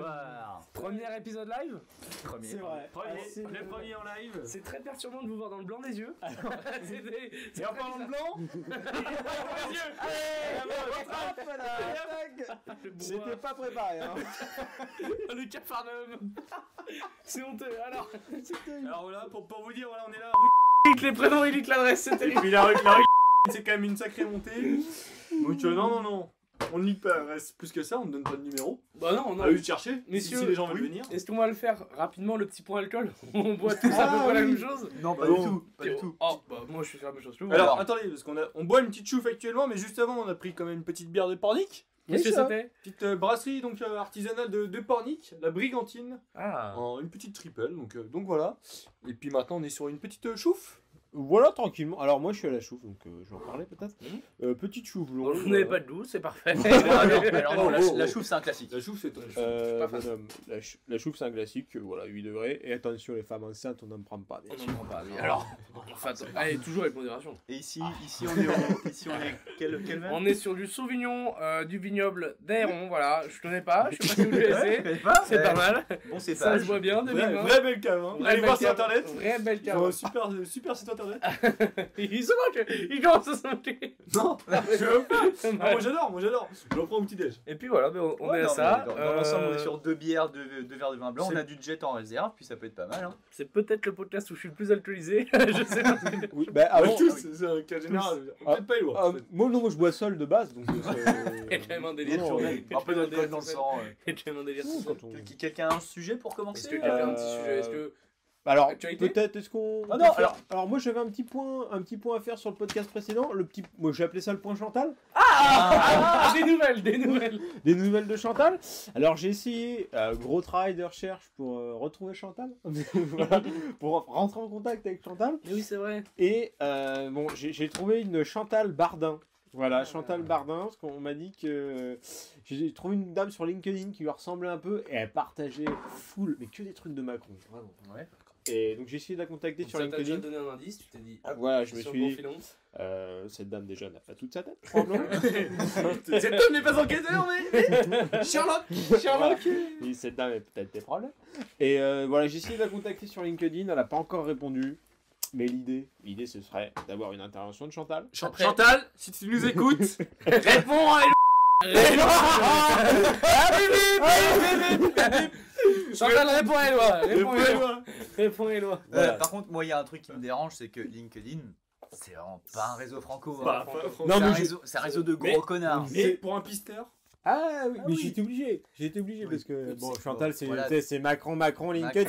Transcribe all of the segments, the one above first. Bonsoir. Premier épisode live Premier. C'est vrai. Premier. Ah, c'est- le premier en live. C'est très perturbant de vous voir dans le blanc des yeux. Et en parlant de blanc. les yeux. J'étais pas préparé. Hein. le cafarnum C'est honteux, alors Alors là, pour, pour vous dire, voilà, on est là. Élite les prénoms, élite l'adresse, c'est Et terrible puis la rue, la rue, c'est quand même une sacrée montée. Donc euh, non, non, non. On ne nique pas. reste Plus que ça, on ne donne pas de numéro. Bah non, On non a eu de chercher. Messieurs, Ah si les gens veulent oui. venir. Est-ce qu'on va le faire rapidement, le petit point alcool On boit tous à peu Ah, près la oui. même chose Non, pas du tout, Oh, bah moi je fais la même chose que vous. Alors attendez, parce qu'on a, on boit une petite chouffe actuellement, mais juste avant, on a pris quand même une petite bière de Pornic. qu'est-ce que ça. c'était Petite euh, brasserie donc euh, artisanale de, de Pornic, la Brigantine. Ah En une petite triple, donc, euh, donc voilà. Et puis maintenant, on est sur une petite euh, chouffe. Voilà, tranquillement. Alors, moi, je suis à la chouffe, donc euh, je vais en parler peut-être. Mhm. Euh, petite chouffe blonde. Vous n'avez voilà. pas de goût, c'est parfait Alors non, la, la chouffe c'est un classique. La chouffe, c'est top. Euh, Pas facile. bonhomme, la, chou- la chouffe, c'est un classique, euh, voilà, 8 degrés. Et attention, les femmes enceintes, on n'en prend pas. bien On sûr. n'en prend pas, mais alors Enfin, attends, allez, toujours avec modération. Et ici, ici on est au, ici on est quel, quel vin On est sur du Sauvignon euh, du vignoble d'Aéron, voilà, je connais pas, je sais pas si vous connaissez. C'est pas mal, Bon c'est ça se sage. voit bien, Vraie, 2020. vraie belle cave, hein. Vraie Allez belle voir sur cave. internet. Vraie belle Ils ont un cave. super, euh, super site internet. Ah. Il se moque, il commence à se moquer. non, Pas Ah, moi mal. j'adore, moi j'adore. Je reprends mon petit déj. Et puis voilà, ben, on, on Ouais, est à non, ça. mais Dans, dans Euh, l'ensemble, on est sur deux bières, deux, deux verres de vin blanc. On c'est- a du jet en réserve, puis ça peut être pas mal. Hein. Euh, C'est peut-être le podcast où je suis le plus alcoolisé. je sais pas. Oui, bah, avant, tous, c'est un cas général. Ah. Peut-être pas les lois. euh, moi, non, moi, je bois seul de base, donc. euh, c'est- Il y a quand même un Et délire. non, puis, on a ouais. Il y a Oh, un peu quand même d'alcool un délire dans le tout seul. sang. ouais. Il y a quand même un délire tout Non, seul. quand on- Quel- Quelqu'un a un sujet pour Est-ce que commencer quelqu'un a un petit Euh, sujet Est-ce que Bah, Alors, Actualité peut-être, est-ce qu'on. Ah non, on peut faire- alors- alors, moi, j'avais un petit point, un petit point à faire sur le podcast précédent. Le petit, moi, j'ai appelé ça le point Chantal. Ah, des nouvelles, des nouvelles. Des nouvelles de Chantal. Alors j'ai essayé, euh, gros travail de recherche pour euh, retrouver Chantal, Voilà, pour rentrer en contact avec Chantal. Mais oui, c'est vrai. Et euh, bon, j'ai j'ai trouvé une Chantal Bardin. Ah, Voilà, Chantal Bardin, parce qu'on m'a dit que euh, j'ai trouvé une dame sur LinkedIn qui lui ressemblait un peu et elle partageait full, mais que des trucs de Macron, vraiment. Ouais. Et donc j'ai essayé de la contacter sur Ça t'a déjà LinkedIn. donné un indice, tu t'es dit. hop, Voilà, je me sur suis le dit, bon filon. euh, cette dame déjà n'a pas toute sa tête, probablement. Cet homme n'est pas enquêteur, mais. Sherlock Sherlock Oui, cette dame a peut-être des problèmes. Et euh, voilà, j'ai essayé de la contacter sur LinkedIn, elle n'a pas encore répondu. Mais l'idée, l'idée ce serait d'avoir une intervention de Chantal. Après- Chantal, si tu nous écoutes, réponds à Chantal, réponds à Eloi. Réponds à Eloi. Eloi. Réponds à Eloi. Voilà. Euh, par contre, moi, il y a un truc qui me dérange, c'est que LinkedIn, c'est vraiment pas un réseau franco. hein. Bah, pas- C'est Non, un mais j'ai- réseau- c'est un réseau de gros Mais- connards. Et pour un pisteur Ah oui, mais oui. j'étais obligé, j'étais obligé Oui. parce que Oui, bon, c'est- Chantal c'est voilà. tu sais, c'est Macron, Macron, LinkedIn.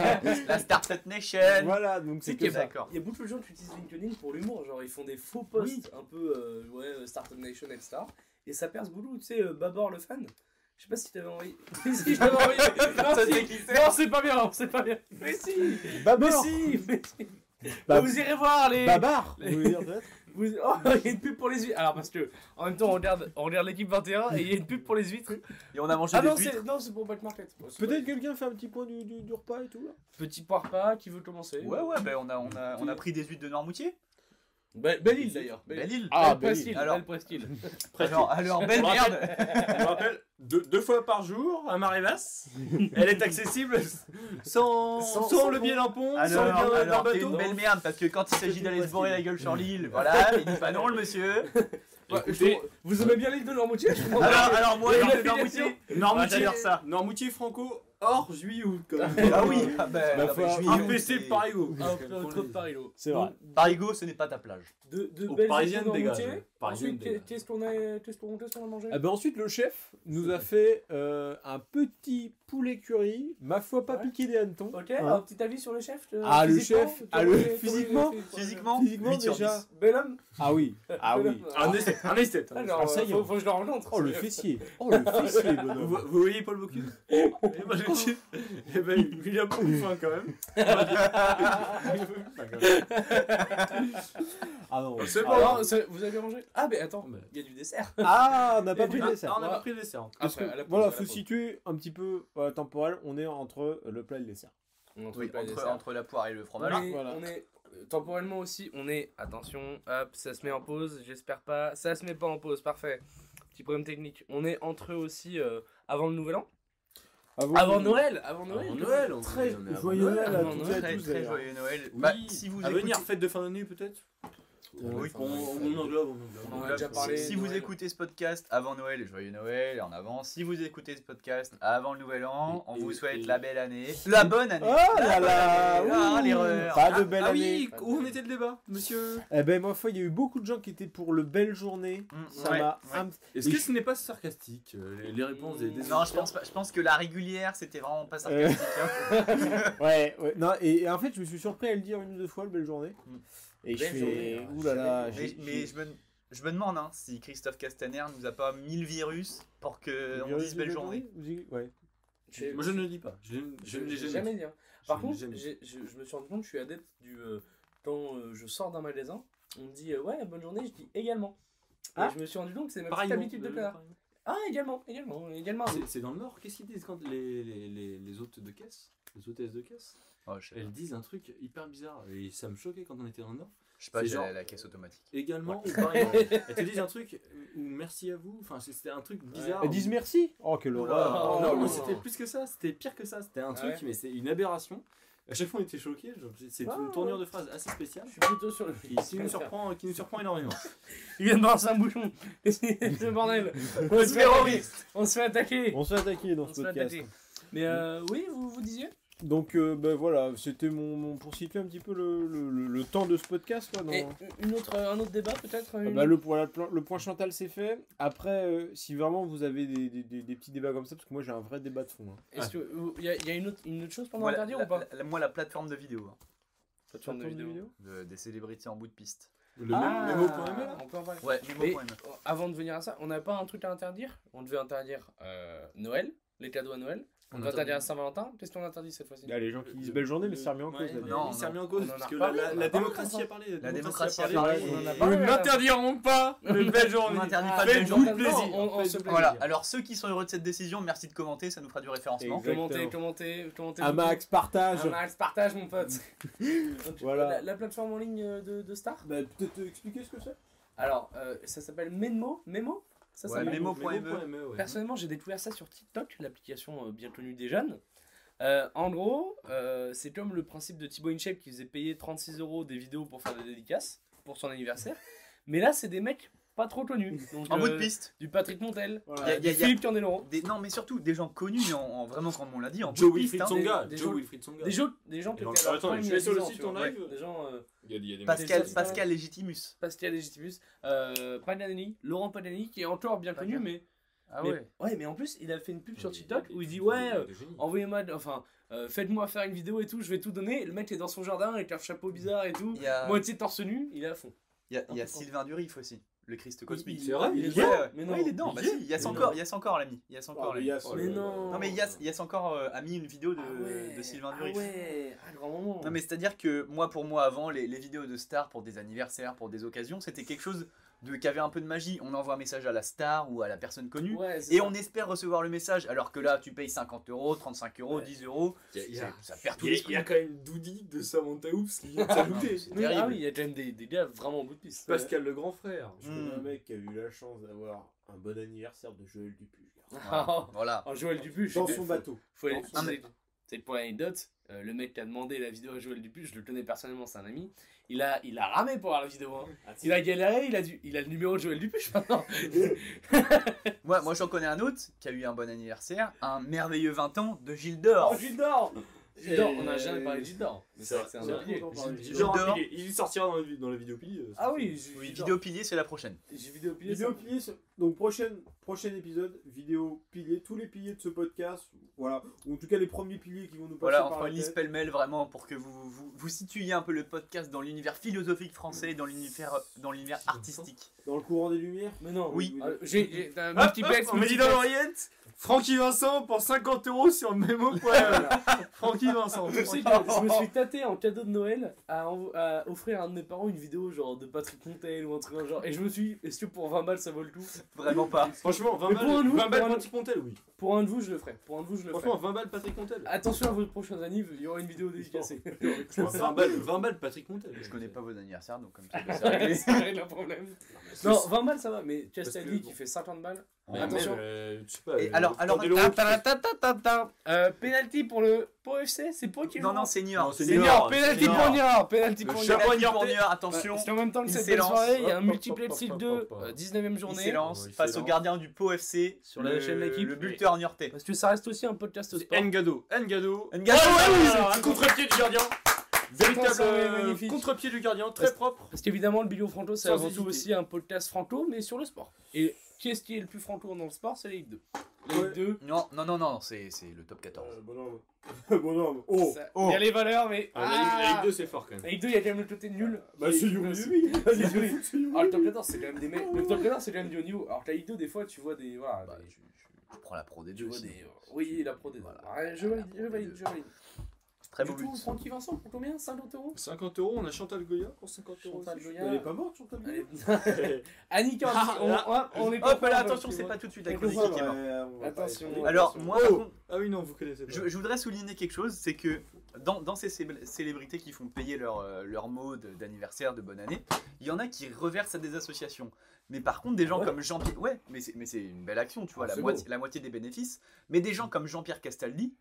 La Startup Nation. voilà, donc c'est C'est que que- ça. D'accord. Il y a beaucoup de gens qui utilisent LinkedIn pour l'humour, genre ils font des faux posts un peu euh, ouais, euh, Startup Nation et Star et ça perce boulot, tu sais, euh, Babor le fan. Je sais pas si t'avais envoyé. si je t'avais envoyé. Ça, non, c'est si. qui c'est Non, c'est pas bien, non, c'est pas bien. Mais si Mais Babar, si, mais si. Bah- Vous irez voir les. Babar, Les- vous voulez dire peut-être vous- Oh, il y a une pub pour les huîtres. Alors parce que en même temps on regarde, on regarde l'équipe 21 et il y a une pub pour les huîtres. Et on a mangé Ah des non, huîtres. c'est non, c'est pour Back Market. Bon, c'est Peut-être pas- quelqu'un fait un petit point du, du, du repas et tout là. Petit parpa qui veut commencer. Ouais, ouais, bah, on, a, on, a, on a pris des huîtres de Noirmoutier. Be- belle île d'ailleurs. Belle île. Ah, belle belle presqu'île. île. Alors- belle presqu'île. Alors, alors, belle Bon, merde. Je me rappelle, deux, deux fois par jour, à marée basse. Elle est accessible sans, sans, Sans- sans le biais d'un pont, Ah Alors, sans le biais d'un alors, t'es une bateau. belle merde parce que quand il s'agit d'aller se bourrer la gueule sur l'île, voilà, il dit pas non le monsieur. Ouais, je Écoutez, trouve- vous aimez bien l'île de Normoutier je comprends pas. Alors, Ah, alors moi, Et j'en fais l'affiliation Noirmoutier. Normoutier, Ah, j'adore ça. Normoutier franco hors juillet août quand même. Ah oui, ah ben, Ma non, mais foi. juillet, Un août, PC c'est- de Parigo. Ah, ok, entre Paris-Lo. C'est vrai. Donc, Parigo, ce n'est pas ta plage. De, de Aux belles Parisiennes, îles de dégage. Normoutier. Parisiennes, Ensuite, qu'est- dégage. qu'est-ce qu'on a, qu'est-ce qu'on, qu'est-ce qu'on a mangé Ah ben ensuite le chef nous a fait euh, un petit poulet curry, ma foi pas Ouais. piqué des hannetons. Ok, Hein. un petit avis sur le chef euh, Ah, le physiquement, chef, t'as ah, le- mangé- t'as mangé- physiquement, Physiquement, Physiquement, 8 sur déjà. 10. Bel homme Ah oui, ah Bel oui. homme. Un esthète, un esthète. Ah, genre, un euh, saillant. faut, faut que je Euh, le rencontre. Oh le fessier, oh le fessier Vous, bonhomme. vous voyez Paul Bocuse Eh ben, je- eh ben, il il a beaucoup faim quand même. Ah non. C'est bon. Alors, c'est- vous avez mangé Ah, mais attends, Mais- il y a du dessert. Ah, on n'a pas Et pris du- de Ah, dessert. on a pas pris le dessert. Parce Après, que, à la pause, à voilà, la faut pause. situer un petit peu euh, temporel. On est entre le plat et le dessert. Oui, entre, entre la poire et le On fromage. est, voilà. on est- euh, temporellement aussi, on est. Attention, hop, ça se met en pause, j'espère pas. Ça se met pas en pause, parfait. Petit problème technique. On est entre eux aussi euh, avant le nouvel an. Avant Noël Avant Noël Avant Noël, on Très est- on est avant joyeux Noël. Noël à avant toutes et Noël, à Très, tous. très d'ailleurs. joyeux Noël. Ah, Oui, Ah, Bah, si vous à venir, écoutez, fête de fin d'année peut-être Oui, on, on englobe, on englobe. On en a déjà parlé. si vous Noël. écoutez ce podcast avant Noël, joyeux Noël en avant. Si vous écoutez ce podcast avant le Nouvel An, on Et- vous souhaite et- la belle année, la bonne année. Oh là là Ah, ouh, l'erreur. Pas de belle ah année oui, où en était le débat, monsieur Eh ben, ma foi, il y a eu beaucoup de gens qui étaient pour le belle journée. Mm, Ça ouais, m'a ouais. un petit- Est-ce que ce n'est pas sarcastique euh, les, les réponses des, des Non, je pense pas. Je pense que la régulière, c'était vraiment pas Euh. sarcastique. hein. Ouais, ouais. Non, et, et en fait, je me suis surpris à le dire une ou deux fois, le belle journée. Mm. Et je Hmm. Belle fais. journée. hein. Ouh là là. mais j'ai- mais je, me, je me demande hein, si Christophe Castaner nous a pas mis le virus pour j'ai- euh, que on dise belle journée. Vous dites- Ouais. J'ai- Moi je ne le dis pas. Je, Je je ne l'ai n'ai jamais. jamais dit. dit. hein. Par Je ne l'ai contre, jamais dit. j'ai- je, je me suis rendu compte, je suis adepte du. euh, quand euh, je sors d'un magasin, on me dit euh, ouais, bonne journée, je dis également. Ah. Et je me suis rendu compte que c'est ma petite Pareil, non, habitude de euh, faire. pareil. Ah, également, également, également. C'est- C'est dans le Nord. Qu'est-ce qu'ils disent quand les, les, les, les hôtes de caisse, les hôtesses de caisse, Oh, je sais pas. elles disent un truc hyper bizarre et ça me choquait quand on était dans le Nord. Je sais pas, C'est j'ai genre- la, la caisse automatique. Également, ou pareil, elles te disent un truc ou merci à vous. Enfin, c'est- c'était un truc Ah, bizarre. Elles disent merci. Oh, quelle horreur. Ah, Oh, non, non. mais c'était plus que ça, c'était pire que ça. C'était un Ah truc, ouais. mais c'est une aberration. À chaque fois, on était choqués. je- C'est Ah. une tournure de phrase assez spéciale Je suis plutôt sur le. qui, qui nous, surprend, qui nous surprend énormément. Il vient de brasser un bouchon. C'est le bordel. On se fait Terroriste. On se fait attaquer. On se fait attaquer dans On ce se fait podcast. attaquer. Mais euh, oui, vous vous disiez Donc, euh, ben voilà, c'était mon, mon- Pour situer un petit peu le, le- le- le temps de ce podcast, quoi. dans- Et une autre, un autre débat peut-être Ah une- bah, le, point, le point Chantal c'est fait. Après, euh, si vraiment vous avez des, des- des- des petits débats comme ça, parce que moi j'ai un vrai débat de fond. hein. Est-ce que vous- il y a, il y a une, autre, une autre chose pendant Moi la, l'interdire la- ou pas la- moi, la plateforme de vidéo, hein, Plateforme Plateforme de vidéo de- des célébrités en bout de piste. Le Ah, même, même au point aimé, là on peut en parler. Ouais, Mais- Mimo.me. Avant de venir à ça, on n'a pas un truc à interdire On devait interdire euh, Noël, les cadeaux à Noël. On, devait interdire à Saint-Valentin. Qu'est-ce qu'on interdit cette fois-ci Il y a les gens qui disent belle journée, mais c'est remis en cause. là, Ouais, non, non, c'est remis en cause on en a parce que la, reparlé, la- on en la a parlé démocratie a parlé. La démocratie a parlé, parlé. on en a et- parlé. Nous n'interdirons pas de belle On journée. n'interdit Ah, pas de belle non, journée. non, on- on se plaît. Voilà, alors ceux qui sont heureux de cette décision, merci de commenter, ça nous fera du référencement. Exactement. Commentez, commentez, commentez. Un max, beaucoup. partage. Un Ah, max, partage mon pote. Donc, Voilà. La, la plateforme en ligne euh, de, de Star Bah, peut-être euh, expliquer ce que c'est Alors, euh, ça s'appelle Menmo Memo Ça Ouais, s'appelle Memo. E, E, Personnellement, j'ai découvert ça sur TikTok, l'application euh, bien connue des jeunes. Euh, en gros, euh, c'est comme le principe de Thibaut InShape qui faisait payer 36 euros des vidéos pour faire des dédicaces pour son anniversaire. Mais là, c'est des mecs pas trop connus. Donc, En bout de euh, piste. Du Patrick Montel, Y a- du y a- y a- Philippe Candeloro. Des- non, mais surtout des gens connus, mais en, en- vraiment, comme on l'a dit, en Joe bout de piste. Wilfried hein. Songa. Des- des Joe gens- Wilfried Songa. Des, gens- des gens qui étaient Et encore, à leur attends, prime je il y vais a sur le 10 ans, site tu vois. en live. Ouais, Des gens, euh, Il y a- il y a des Pascal, messages. Pascal Legitimus. Pascal Legitimus, euh, Paganini, Laurent Paganini, qui est encore bien connu, Pagan. mais, Ah mais- ouais. ouais, mais en plus, il a fait une pub sur Il y a TikTok des- où il dit des- Ouais, des- euh, des génies. envoyez-moi, enfin, euh, faites-moi faire une vidéo et tout, je vais tout donner. Le mec est dans son jardin avec un chapeau bizarre et tout, Il y a, moitié torse nu, il est à fond. il y a- il y a Un peu Sylvain Durif aussi, le Christ cosmique. C'est vrai, il il est est Ouais, dedans. bien. ouais. Mais non. Ouais, il est dedans. Il Bah y est si, il y a son Mais corps, il y a son corps, l'ami. Il y a Oh, son corps, l'ami. Oh, Mais non. Non, mais il y a, il y a son corps euh, ami, une vidéo de, de Sylvain ah Durif. ouais, ah, grand moment. Non mais c'est-à-dire que moi pour moi avant les, les vidéos de stars pour des anniversaires, pour des occasions, c'était quelque chose de qui avait un peu de magie. On envoie un message à la star ou à la personne connue Ouais, c'est et ça. on espère recevoir le message alors que là tu payes 50 euros, 35 euros, Ouais. 10 euros, Il y a- il y a- c'est- ça perd tout il y a- il l'esprit. y a quand même Doudi de Samantha Oops qui vient de s'ajouter. C'est Mais- terrible. ah oui, il y a quand même des, des gars vraiment au bout de piste. Pascal le grand frère. Je connais un Hmm. mec qui a eu la chance d'avoir un bon anniversaire de Joël Dupuis. Voilà. voilà. Oh, Joël Dupuis, je Dans suis son dé- bateau. faut dans aller- son c'est- bateau. C'est pour l'anecdote, euh, le mec qui a demandé la vidéo à Joël Dupuis, je le connais personnellement, c'est un ami. Il a, il a ramé pour avoir la vidéo. hein. Il a galéré, il a, dû, il a le numéro de Joël Dupuis maintenant. Moi, moi j'en connais un autre qui a eu un bon anniversaire, un merveilleux 20 ans de Gilles Dor. Oh, Gilles Dor Gilles Dor, on n'a jamais parlé de Gilles Dor. Mais C'est c'est vrai que c'est un vrai. oublié. Gilles Genre, Dor. il est- il sortira dans la vi- dans la vidéo euh, pile. Ah oui, j'ai Oui, Gilles vidéo Dor. pilier, c'est la prochaine. J'ai vidéo pillé. Vidéo pilier, ce- donc prochaine, prochain épisode, vidéo pilier, tous les piliers de ce podcast, voilà, ou en tout cas les premiers piliers qui vont nous passer Voilà, on par fera la une liste tête. pêle-mêle vraiment pour que vous, vous, vous situiez un peu le podcast dans l'univers philosophique français, dans l'univers dans l'univers artistique. dans le courant des lumières. Mais non. Oui. Ah, J'ai j'ai- t'as un Hop, petit hop, pex, on me dit dans l'oreillette Francky Vincent pour 50 euros sur Memo.fr. Francky Vincent. Je sais que je me suis tâté en cadeau de Noël à, envo- à offrir à un de mes parents une vidéo genre de Patrick Montel ou un truc dans le genre. Et je me suis dit, est-ce que pour 20 balles ça vaut le coup Vraiment pas. Franchement, 20 Mais pour un balles, nous, 20 balles pour un Patrick Montel, oui. Pour un de vous, je le ferai. Pour un de vous, je le Ah, ferai. Franchement, 20 balles Patrick Montel. Attention à vos prochains annives, il y aura une vidéo dédicacée. 20 balles, 20 balles Patrick Montel. Je connais pas vos anniversaires, donc comme ça, c'est Ouais, réglé. c'est réglé le problème. Non, 20 balles ça va, mais Parce Castelli que, qui bon. fait 50 balles. Mais attention. même, euh, je sais pas, Et euh, alors- alors- Bordello, Ah, ta- ta- ta- ta- ta. Euh, Penalty pour le pour FC, c'est pour qui Non, joue non, Non, senior. c'est senior. Niort, Niort, penalty c'est pour Niort. Niort, penalty Le pour chapeau Niort. Penalty Niort. pour Niort, attention. Parce qu'en même temps que Il cette belle s'élance. soirée, il y a un Hop, hop, multiplex hop, hop, 2, hop, hop. 19ème Il journée. Oh, s'élance il face au s'élance. gardien du Pau FC. Sur la le- chaîne d'équipe. Le buteur niortais. Parce que ça reste aussi un podcast C'est sport. Ngado. Ngado. N'Gado. Ah ouais, oui, c'est un contre-pied du gardien. Véritable Défense, euh, euh, magnifique. contre-pied du gardien, très propre. Parce qu'évidemment, le Bilio Franco, c'est Sans avant tout hésiter. aussi un podcast franco, mais sur le sport. Et qu'est-ce qui est le plus franco dans le sport C'est la Ligue 2. La Ligue Ouais. 2, Non, non, non, non, c'est c'est le top Euh, 14. bonhomme. bonhomme. Oh. ça- il oh. y a les valeurs, mais. Ah, la Ligue- la Ligue Ah 2, c'est fort quand même. La Ligue 2, il y a quand même le côté nul. Bah, Et- c'est Yuri. C'est Yuri. Ah, le top 14, c'est quand même des mecs. Le top 14, c'est quand même du haut niveau. Alors que la Ligue 2, des fois, tu vois des. Voilà, Bah, des- je, je- je prends la pro des Ah, tu deux. vois sinon. des- Oui, la pro des Voilà. Ouais, Je La valide, pro je des valide, deux. je valide. Très Du beau coup, but. Francky Vincent, pour combien 50 euros 50 euros, on a Chantal Goya pour 50 euros. Chantal aussi. Goya. Elle est pas morte, Chantal Goya. Allez, Annie Cordy, Ah, on, là. on, on est Hop pas là, là, attention, tu c'est vois. pas tout de suite la Quelque chronique chose, qui est morte. Attention. ouais. Alors, moi, par Oh. contre, Ah oui, non, vous connaissez pas. je, je voudrais souligner quelque chose c'est que dans, dans ces célé- célébrités qui font payer leur, euh, leur mot de- d'anniversaire, de bonne année, il y en a qui reversent à des associations. Mais par contre, des gens comme Jean-Pierre. Ouais, mais c'est mais c'est une belle action, tu vois, Ah, la c'est moitié, la moitié des bénéfices. Mais des gens comme Jean-Pierre Castaldi,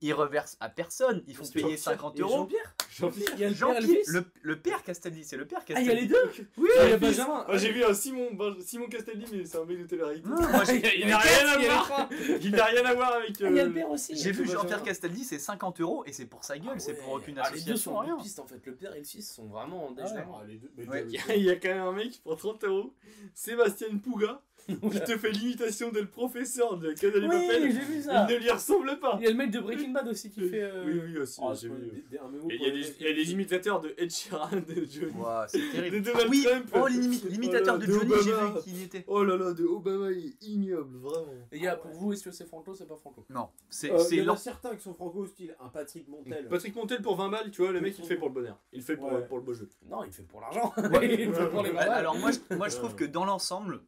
ils reversent à personne. Ils font payer 50 euros. Jean-Pierre Jean-Pierre. Il y a le père Jean-Pierre- Elvis le, le père Castaldi, c'est le père Ah, il Castaldi. y a les deux Oui, Ah, Il y a Elvis. Benjamin Ah, j'ai vu un Simon, Ben- Simon Castaldi, mais c'est un mec de télé-réalité. Moi, Ah, j'ai- Il n'a rien Il y à a les voir. trois. Il n'a rien à voir avec. Ah, il y a le euh, père aussi J'ai vu Benjamin. Jean-Pierre Castaldi, c'est 50 euros et c'est pour sa gueule, c'est pour aucune Ah, Les deux association, sont rien. en piste en fait, le père et le fils sont vraiment en Ah, déjeuner. les deux- mais Ouais. il y a- Il y a quand même un mec qui prend 30 euros, Sébastien Pouga, qui te fait l'imitation de le professeur de Canal et Oui, Papel. j'ai vu ça Il ne lui ressemble pas. Il y a le mec de Breaking Bad aussi qui fait. euh, Oui, oui, Ah, aussi. j'ai vu. Et Il y, a des- il y a les imitateurs de Ed Sheeran, de Johnny. Ouah, c'est De terrible. Donald Oui, Trump. oh, l'imi- l'imitateur Oh là, de Johnny, j'ai Obama. vu qui il était. Oh là là, de Obama, il est ignoble, vraiment. Les gars, pour vous, est-ce que c'est franco c'est pas franco Non, c'est Euh, c'est Il y en a l'an- certains qui sont franco, style un Patrick Montel. Patrick Montel pour 20 balles, tu vois, le mec il le fait pour le bonheur. Il le fait pour, Ouais. pour le beau jeu. Non, il le fait pour l'argent Ouais. Il le fait pour les valeurs. Alors moi, je, moi, je trouve que dans l'ensemble,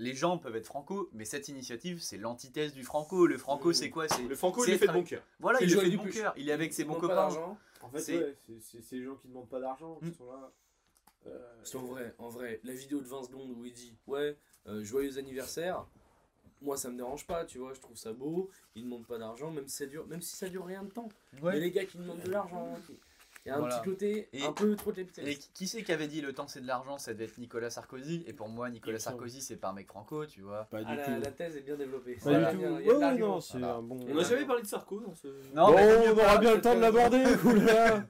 les gens peuvent être franco, mais cette initiative, c'est l'antithèse du franco. Le franco, Mm. c'est quoi C'est Le Franco, il C'est le fait de très- bon cœur. voilà, c'est il le Johnny fait de bon Dupuche. cœur. Il est avec ses Ils bons n'ont pas copains. d'argent. En fait, C'est- ouais, c'est- c'est c'est les gens qui demandent pas d'argent, qui Mm. sont là. euh, Parce qu'en vrai, en vrai, la vidéo de 20 secondes où il dit ouais, euh, joyeux anniversaire, moi ça me dérange pas, tu vois, je trouve ça beau, il demande pas d'argent, même si ça dure, même si ça dure rien de temps. Mais les gars qui demandent de l'argent, hein, qui- il y a un Voilà. petit côté Et- un peu trop Et capitaliste. qui- qui c'est qui avait dit le temps c'est de l'argent Ça devait être Nicolas Sarkozy. Et pour moi, Nicolas Sarkozy, c'est pas un mec franco, tu vois. Pas Ah, la, la thèse est bien développée. Pas Voilà, du il y a- tout. il y a de Ouais, ouais, l'argument. non, c'est Voilà. un bon. On n'a jamais parlé de Sarko dans ce. Non, mais Bon, on aura bien le temps de peut-être l'aborder, oulala.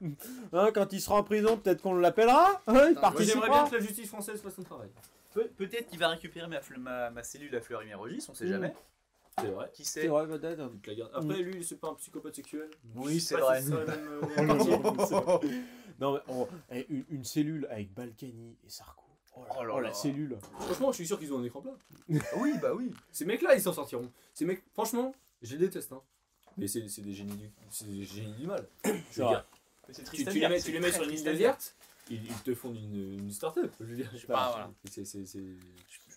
Hein, quand il sera en prison, peut-être qu'on l'appellera. hein, il Moi, Moi, J'aimerais participera. bien que la justice française fasse son travail. peut- peut-être qu'il va récupérer ma, fl- ma, ma cellule à Fleury-Mérogis, on sait Mm. jamais. C'est vrai. Qui C'est sait vrai, peut-être. Tu te la gardes. Après, lui, c'est pas un psychopathe sexuel. Mm. Oui, c'est Pas vrai. si ça, même, euh, Non, mais on- eh, une, une cellule avec Balkany et Sarko. Oh, là, Oh là oh, la là. cellule. Franchement, je suis sûr qu'ils ont un écran plat. oui, bah oui. Ces mecs-là, ils s'en sortiront. Ces mecs, franchement, je les déteste. Hein. Mais c'est c'est des génies du, c'est des génies du mal. Je veux vrai. dire, Mais c'est tu, triste à tu les dire, mets, c'est tu les mets très sur une île triste à dire. déserte, ils, ils te font une, une start-up. Je veux dire, je sais pas, voilà. C'est- c'est- c'est-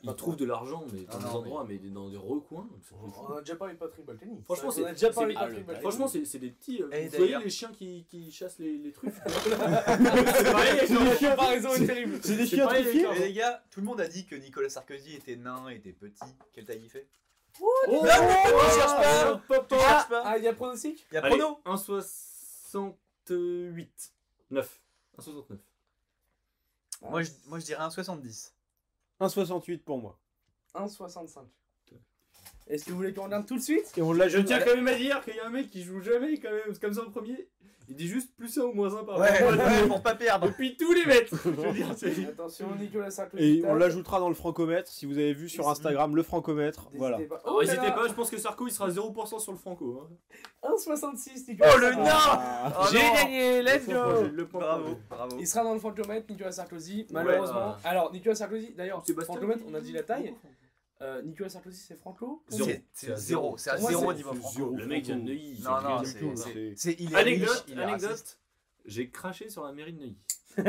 pas Ils trouvent de l'argent, mais dans Ah des non, endroits, mais dans des recoins. c'est- On a déjà parlé de Patrick Balkany. Franchement, on a c'est- déjà parlé de c'est- Patrick ah, Balkany. Franchement, c'est c'est des petits. euh, Et vous voyez d'ailleurs- les chiens qui, qui chassent les, les truffes c'est pareil, c'est- la comparaison est terrible. C'est des C'est chiens pas les truffiers gars. Et les gars, tout le monde a dit que Nicolas Sarkozy était nain, était petit. Quelle taille il fait Oh, Non, mais tu cherches pas hop, hop, hop. cherches Ah, il y a pronostic Il y a Allez, prono 1,68. 9. 1,69. moi je, moi je dirais un 70. 1,68 pour moi. 1,65. Est-ce que vous voulez qu'on regarde tout de suite Et on l'a Je jeté. tiens quand même à dire qu'il y a un mec qui joue jamais quand même, comme ça en premier. Il dit juste plus un ou moins un par Ouais, rapport à- ouais, pour pas perdre. Depuis tous les mètres. Je veux dire, c'est- Attention, Nicolas Sarkozy. Et on l'ajoutera dans le francomètre. Si vous avez vu sur Instagram le francomètre, voilà. N'hésitez pas. Alors, Oh là N'hésitez là, pas, je pense que Sarko il sera 0% sur le franco. hein. 1,66 Nicolas Oh le Sarkozy. nain Ah, Oh, J'ai non. gagné, let's Le point pour go lui, Le point Bravo, pour lui. bravo. Il sera dans le fantômètre, Nicolas Sarkozy, malheureusement. Ouais. Alors, Nicolas Sarkozy, d'ailleurs, Sébastien, fantômètre, il- on a dit la taille. Euh, Nicolas Sarkozy, c'est franco Zéro. C'est- C'est C'est à à zéro, zéro. c'est à Moi, zéro c'est- niveau c'est franco. zéro. Le mec vient de Neuilly. Non, c'est non, rien du c'est- tout, hein. c'est. c'est- Il est riche, Anecdote, il est anecdote. raciste. J'ai craché sur la mairie de Neuilly. Est-ce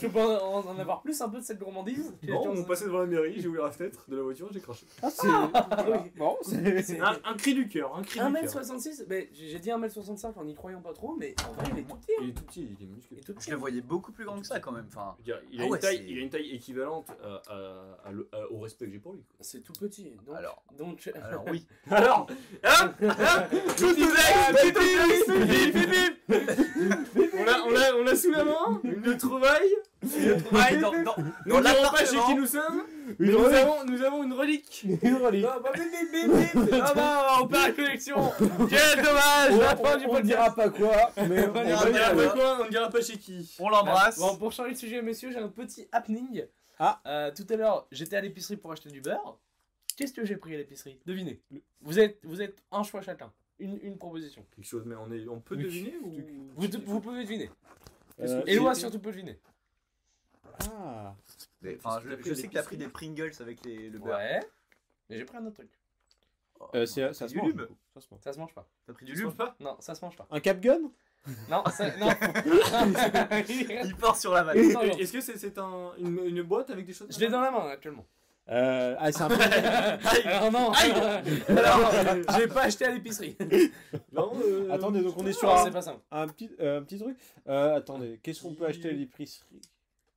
que peut en en avoir plus un peu de cette gourmandise Non, on passait devant la mairie, j'ai ouvert la fenêtre de la voiture, j'ai craché. Ah, c'est. voilà. Bon, c'est. C'est- Un, un cri du cœur, un cri du cœur. 1m66, mais j'ai j'ai dit 1m65 en n'y croyant pas trop, mais en vrai il est tout petit. hein. Il est tout petit, il est Il minuscule. est tout petit. Je le voyais beaucoup plus grand que ça quand même. Enfin, Je veux dire, il, a Ah ouais, une taille, c'est- il a une taille équivalente euh, à- à le- à- au respect que j'ai pour lui. quoi. C'est tout petit. Donc, Alors. donc euh, alors oui. Alors, hein Hein Tout de suite, bip, bip, bip, bip. On l'a- on l'a- On l'a sous la main, une trouvaille. Ouais, Ah, dans, dans, Nous dans ne dirons pas chez qui l'appartement. nous sommes, mais Une nous relique. avons, nous avons une relique. Une relique. Ah bah bip bip bip bip Ah bah on perd la connexion Quel dommage La fin du On ne podcast dira pas quoi, mais on va On y dira On ne dira aller. pas quoi, on ne dira pas chez qui. On l'embrasse. Bon, pour changer de sujet, messieurs, j'ai un petit happening. Ah. Euh, tout à l'heure, j'étais à l'épicerie pour acheter du beurre. Qu'est-ce que j'ai pris à l'épicerie Devinez. Vous êtes, vous êtes un choix chacun. Une, une proposition. Quelque chose, mais on, est, on peut Oui. deviner ou... Vous, vous pouvez deviner. Euh, Et Eloi j'ai- surtout peut deviner. Ah. Mais, enfin, je, T'as pris je des sais que t'as petits pris des Pringles avec les, le beurre. Ouais. Mais j'ai pris un autre truc. Oh, Euh, c'est- ça se Du mange. lube. Ça se mange. Ça se mange pas. T'as pris du Tu lube penses pas Non, ça se mange pas. Un capgun Non, ça, non. Il part sur la vanne. Et- Non, non. Est-ce que c'est c'est un, une, une boîte avec des choses Je l'ai dans la main actuellement. euh, Ah, c'est un peu. Alors non. Alors, j'ai pas acheté à l'épicerie. Non, euh, Attendez, donc on est sur Non, un, C'est pas simple. un petit, euh, un petit truc. Euh, attendez, qu'est-ce qu'on peut acheter à l'épicerie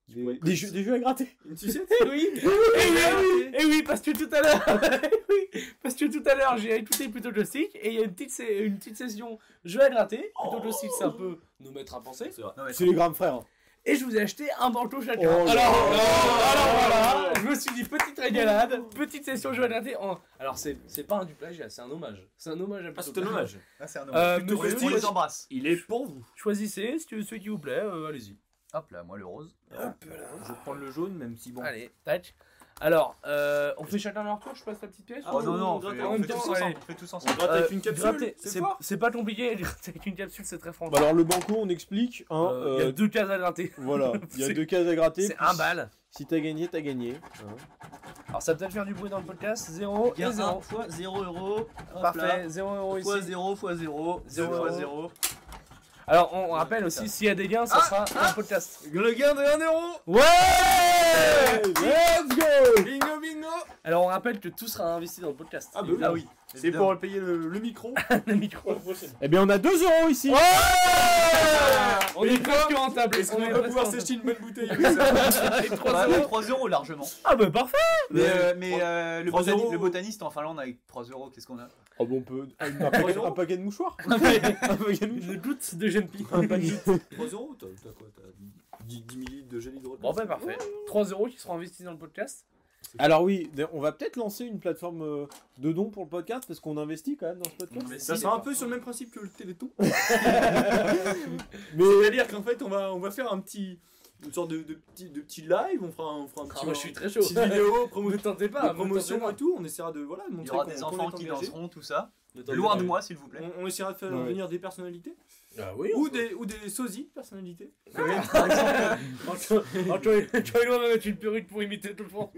des, des jeux, des jeux à gratter Une sucette Eh oui, eh oui, eh oui, parce que tout à l'heure, eh oui, parce que tout à l'heure j'ai écouté plutôt joystick et il y a une petite, sé- une petite session jeu à gratter. Plutôt joystick, c'est un peu nous mettre à penser. Non, mais C'est les grands frères. hein. Et je vous ai acheté un banco chacun. Oh alors, là alors, euh, là alors là voilà, je me suis dit petite régalade, petite session jeu à gratter. en- Alors c'est, c'est pas un du plagiat, c'est un hommage. C'est un hommage à Ah, Plutôt c'est Plagiat. un hommage. Ah, c'est un Euh, hommage. Plutôt monsieur, restons, on les choisi- embrasse. Il est pour vous. Choisissez ce- celui qui vous plaît, euh, allez-y. Hop là, moi le rose. Je vais prendre le jaune, même si bon. Allez, tac. Alors, euh, on fait chacun leur tour, je passe la petite pièce. Ah, Oh non, on non, on gratte fait en on même fait tous temps, allez. ensemble. On fait tous On ensemble. gratte avec Euh, une capsule. gratter, c'est c'est, fort. c'est pas compliqué, gratter avec une capsule c'est très franc. Bah alors le banco, on explique. Il Hein, y euh, a deux cases à gratter. Voilà, il y a C'est- deux cases à gratter. C'est puis un bal. Si t'as gagné, t'as gagné. Alors ça va peut-être faire du bruit dans le podcast. 0 et Gain 1 0. fois 0 euros. Hop là. Parfait, 0 euros ici. Fois 0 fois 0. 0 Zéro fois euro. 0. Alors on rappelle putain. aussi, s'il y a des gains, ça Ah, sera un podcast. Le gain de 1 euro. Ouais Let's go Bingo, bingo. Alors on rappelle que tout sera investi dans le podcast. Ah bah Évidemment. oui. C'est pour payer le, le micro. le micro. Eh bien, on a 2 euros ici on est presque rentable. Est-ce qu'on est va presque pouvoir rentable. s'acheter une bonne bouteille avec ça Les trois Bah, euros. 3 euros largement. Ah bah parfait Mais, Ouais. euh, mais euh, le, Trois botani- euros. le botaniste en Finlande avec 3 euros, qu'est-ce qu'on a Oh, bon, on peut. Un paquet, un paquet de mouchoirs Un paquet de mouchoirs Une goutte de jeune pie. 3 euros T'as t'as quoi T'as 10 10 millilitres de gel hydroalcoolique Bon bah parfait. 3 euros qui seront investis dans le podcast. Alors, oui, d'ailleurs, on va peut-être lancer une plateforme euh, de dons pour le podcast parce qu'on investit quand même dans ce podcast. Ça Si, sera un d'accord. peu sur le même principe que le Téléthon. Mais. C'est-à-dire qu'en fait, on va, on va faire un petit. Une sorte de, de petit, de petit live, on fera un, on fera un Ah, petit. moi je suis très chaud. Ah, petite vidéo, promo, Ne tentez pas, hein, de ne tentez promotion pas. et tout. On essaiera de. Voilà, de Il y montrer aura qu'on- des qu'on enfants est qui engagé. danseront, tout ça. Ne tentez Loin pas. de moi, s'il vous plaît. On, on essaiera de faire Ouais. venir des personnalités. Ah oui Ou des, ou des sosies de personnalités. Antoine Antoine va mettre une perruque pour imiter tout le monde.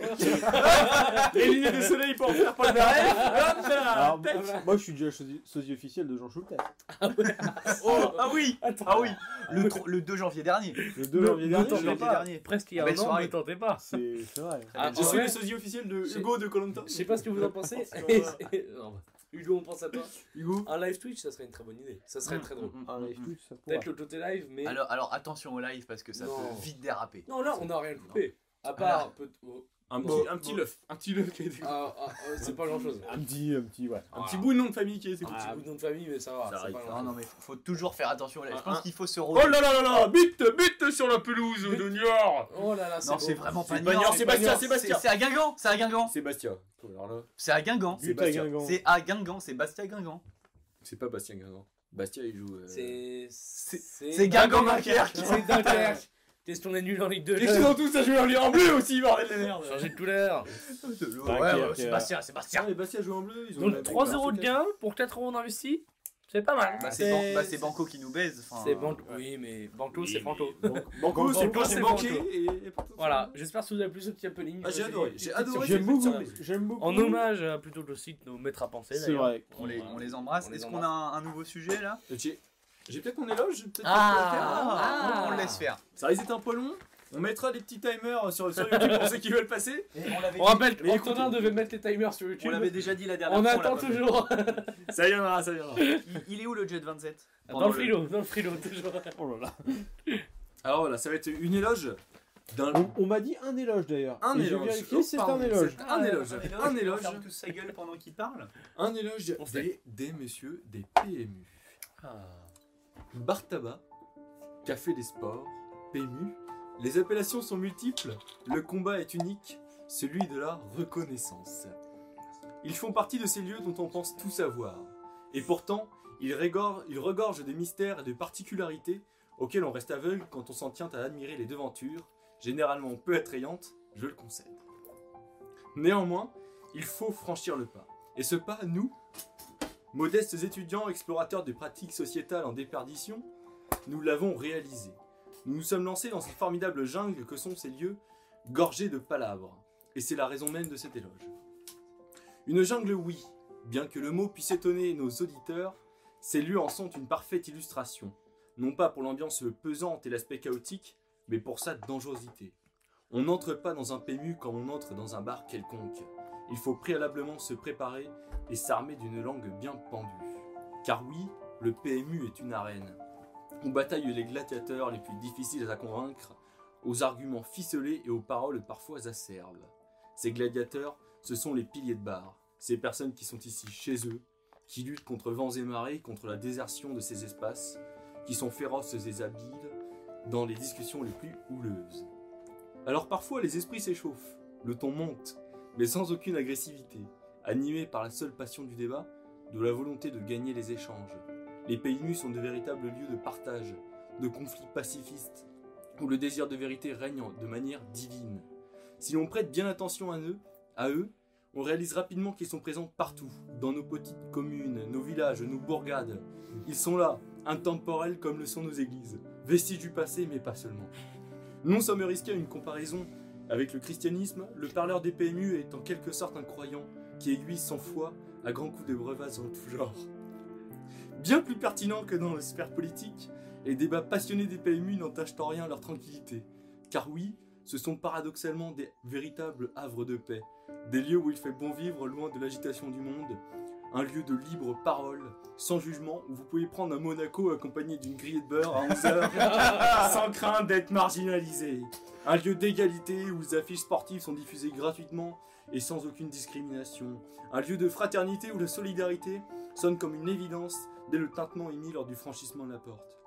Et l'idée de soleil pour en faire pas le Ah, Alors, euh, moi, je suis déjà sosie sosie officiel de Jean Schultes. Oh, ah oui Attends. Ah oui le, tro- le 2 janvier dernier. Le 2 Ne- janvier ne dernier. Le tentez je- janvier pas. dernier. Presque il y a Belle un an, soirée. ne tentez pas. C'est c'est vrai. Ah, Je suis ouais. le sosie officiel de C'est- Hugo de Colanta. Je sais pas ce que vous en pensez. Je pense Non, bah, Hugo, on pense à toi. Hugo. Un live Twitch, ça serait une très bonne idée. Ça serait Mm, très drôle. mm, mm, Ah Un Ah, mm, live mm. Twitch, ça pourrait. Peut-être le côté live, mais. Alors, alors attention au live parce que ça Non. peut vite déraper. Non, là, on n'a rien coupé. À part. un peu de- oh, Un Bon. petit, un petit leuf. Un petit leuf qui a été. ah, ah, ah, c'est pas grand chose. Un petit, un petit, ouais. Un petit bout de nom de famille qui a été. ah, Petit bout de nom de famille, mais ça va. Ça c'est arrive. pas Non, grand Ah, non, chose. mais faut- faut toujours faire attention au live. Je Ah, pense ah. qu'il faut se Oh rôler. là là là là Bite, bite sur la pelouse de Niort Oh là là, c'est Non, c'est beau. vraiment pas pas Niort, Niort, c'est Bastien, Niort. c'est Bastien. C'est à Guingamp, c'est à Guingamp. Sébastien. Alors là, C'est à Guingamp. C'est But à Bastien. Guingamp. C'est à Guingamp, c'est Bastia Guingamp. c'est pas Bastien Guingamp. Bastien il Euh, joue. C'est. euh, c'est Guingamp Dunkerque. C'est Dunkerque. Qu'est-ce qu'on est nul en Ligue 2 Euh, Et qu'ils ont tous à jouer en lien en bleu aussi, bordel de merde Changer de couleur. Ouais, Dunkerque, ouais, c'est euh, Bastia, c'est Bastia. les Ah, Bastien joue en bleu, ils Donc 3 euros de gain pour 4 euros d'investi, c'est pas mal. Bah, c'est Ban- bah, c'est Banco qui nous baise. enfin, euh, C'est Banco. Oui, mais Banco, c'est Banco. Banco, c'est Banco, pas c'est c'est Banco. banqué et. et- Voilà, j'espère que ça vous a plu ce petit happening. Ah, j'ai Euh, adoré, une j'ai petite adoré. surprise. J'aime c'est- beaucoup, c'est- j'aime beaucoup. En hommage à plutôt le site, nos maîtres à penser. C'est d'ailleurs. vrai. On les, Voilà. on les embrasse. On les Est-ce qu'on a un, un nouveau sujet là J'ai J'ai peut-être mon éloge j'ai peut-être pas le faire, là. Ah, Ah. on le laisse faire. Ça risque d'être un peu long. On mettra des petits timers sur, sur YouTube pour ceux qui veulent passer. On l'avait On rappelle Mais qu'Antonin écoutez- devait mettre les timers sur YouTube. on l'avait déjà dit la dernière On fois. attend l'a pas fait. toujours. Ça viendra, ça viendra. Il, il est où le Jet 27 Dans le frigo, dans le frigo, toujours. Oh là là. Alors voilà, ça va être une éloge d'un On, on m'a dit un éloge d'ailleurs. Un Et j'ai éloge. vérifié, Oh, c'est pardon, un éloge. c'est Un éloge. Un éloge. Ferme tous sa gueule pendant qu'il parle. Un éloge On fait. des, des messieurs des PMU. Bar tabac, café des sports, PMU. Les appellations sont multiples, le combat est unique, celui de la reconnaissance. Ils font partie de ces lieux dont on pense tout savoir. Et pourtant, ils, régor- ils regorgent des mystères et de particularités auxquelles on reste aveugle quand on s'en tient à admirer les devantures, généralement peu attrayantes, je le concède. Néanmoins, il faut franchir le pas. Et ce pas, nous, modestes étudiants explorateurs de pratiques sociétales en déperdition, nous l'avons réalisé. Nous nous sommes lancés dans cette formidable jungle que sont ces lieux gorgés de palabres. Et c'est la raison même de cet éloge. Une jungle, oui, bien que le mot puisse étonner nos auditeurs, ces lieux en sont une parfaite illustration. Non pas pour l'ambiance pesante et l'aspect chaotique, mais pour sa dangerosité. On n'entre pas dans un PMU comme on entre dans un bar quelconque. Il faut préalablement se préparer et s'armer d'une langue bien pendue. Car oui, le PMU est une arène. On bataille les gladiateurs les plus difficiles à convaincre, aux arguments ficelés et aux paroles parfois acerbes. Ces gladiateurs, ce sont les piliers de bar, ces personnes qui sont ici chez eux, qui luttent contre vents et marées, contre la désertion de ces espaces, qui sont féroces et habiles dans les discussions les plus houleuses. Alors parfois les esprits s'échauffent, le ton monte, mais sans aucune agressivité, animés par la seule passion du débat, de la volonté de gagner les échanges. Les pays nus sont de véritables lieux de partage, de conflits pacifistes, où le désir de vérité règne de manière divine. Si l'on prête bien attention à eux, à eux, on réalise rapidement qu'ils sont présents partout, dans nos petites communes, nos villages, nos bourgades. Ils sont là, intemporels comme le sont nos églises, vestiges du passé mais pas seulement. Non ça me risquer à une comparaison avec le christianisme, le parleur des PMU est en quelque sorte un croyant qui aiguille sans foi à grands coups de brevasses en tout genre. Bien plus pertinent que dans la sphère politique, les débats passionnés des PMU n'entachent en rien leur tranquillité. Car oui, ce sont paradoxalement des véritables havres de paix, des lieux où il fait bon vivre loin de l'agitation du monde, un lieu de libre parole, sans jugement, où vous pouvez prendre un Monaco accompagné d'une grillée de beurre à 11h, sans crainte d'être marginalisé. Un lieu d'égalité où les affiches sportives sont diffusées gratuitement et sans aucune discrimination. Un lieu de fraternité où la solidarité sonne comme une évidence dès le tintement émis lors du franchissement de la porte.